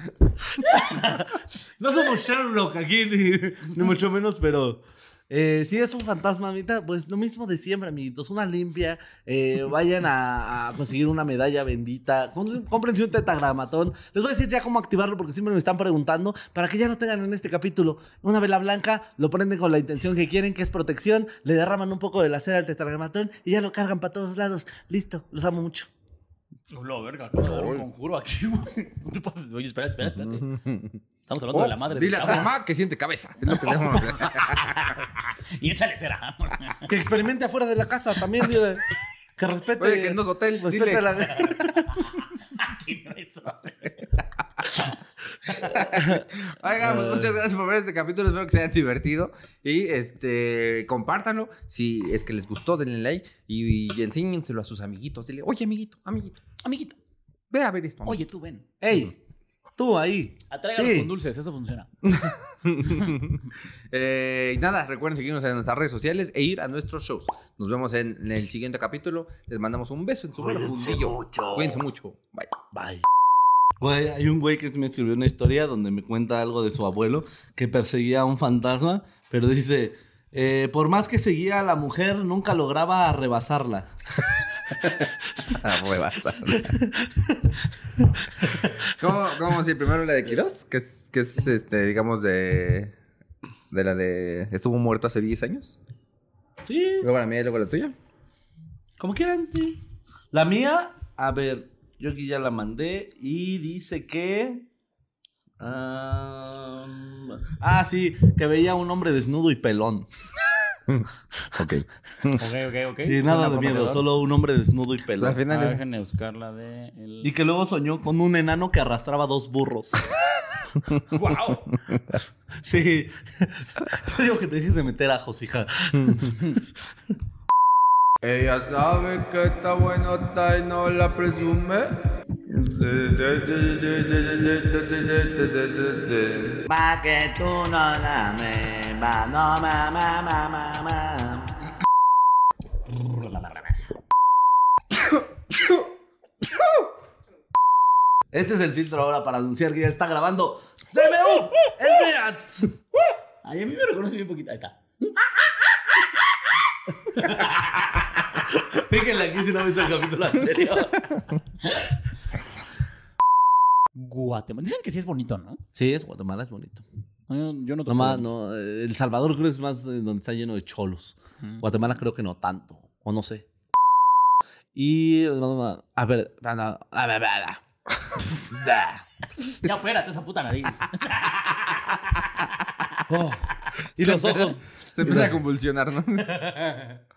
No somos Sherlock aquí, ni, ni mucho menos, pero. eh, si es un fantasma, amita, pues lo mismo de siempre, amiguitos. Una limpia. eh, vayan a, a conseguir una medalla bendita. cons- Cómprense un tetagramatón. Les voy a decir ya cómo activarlo porque siempre me están preguntando. Para que ya lo tengan en este capítulo. Una vela blanca, lo prenden con la intención que quieren, que es protección. Le derraman un poco de la cera al tetagramatón y ya lo cargan para todos lados. Listo, los amo mucho. Hola, verga, acabo de dar un conjuro aquí, güey. No te pases. Oye, espérate, espérate, espérate. Estamos hablando O de la madre Oh, dile del a tu chavo. mamá que siente cabeza. Es lo que tenemos. Y échale cera. Que experimente afuera de la casa también, dile. Que respete. Oye, que no es hotel, respete dile. la- Aquí no es Oigan, Ah. pues muchas gracias por ver este capítulo. Espero que se hayan divertido. Y este, compártanlo. Si es que les gustó, denle like. Y, y enséñenselo a sus amiguitos. Dile, oye, amiguito, amiguito, Amiguita, ve a ver esto. oye, tú ven. Ey, tú ahí. Atráigalos Sí. con dulces, eso funciona. amiguito". Eh, y nada, recuerden seguirnos en nuestras redes sociales e ir a nuestros shows. Nos vemos en, en el siguiente capítulo. Les mandamos un beso en su fundillo. Cuídense mucho. Bye. Bye. Güey, hay un güey que me escribió una historia donde me cuenta algo de su abuelo que perseguía a un fantasma, pero dice, eh, por más que seguía a la mujer, nunca lograba rebasarla. Ah, huevas. ¿Cómo, ¿Cómo decir? Primero la de Quirós, que es, que es este, digamos, de. De la de. Estuvo muerto hace 10 años. Sí, Luego la mía y luego la tuya. como quieran, sí. La mía, a ver, yo aquí ya la mandé y dice que... am, ah, sí, que veía a un hombre desnudo y pelón. Ok. Ok, ok, ok. Sí, nada de miedo, solo un hombre desnudo y Al pelón. final es- déjenme buscar la de. Y que luego soñó con un enano que arrastraba dos burros. ¡Wow! Sí. Yo digo que te dejes de meter ajos, hija. Ella sabe que está buenota y no la presume. Pa' que tú no la me, va, no, ma, ma, ma, ma, ma. Este es el filtro ahora para anunciar que ya está grabando CBU. ¡El día! Ay, a mí me reconoce bien poquito. Ahí está. Fíjenle aquí si no viste el capítulo anterior. Guatemala. Dicen que sí es bonito, ¿no? Sí, es Guatemala, es bonito. Yo, yo no topo Nomás, bonito. no, eh, El Salvador creo que es más eh, donde está lleno de cholos. Guatemala creo que no tanto, o no sé. Y... A ver, a ver, a ver, a ver. Ya fuera, te esa puta nariz. Oh, Y los ojos. Se empieza a convulsionar, ¿no?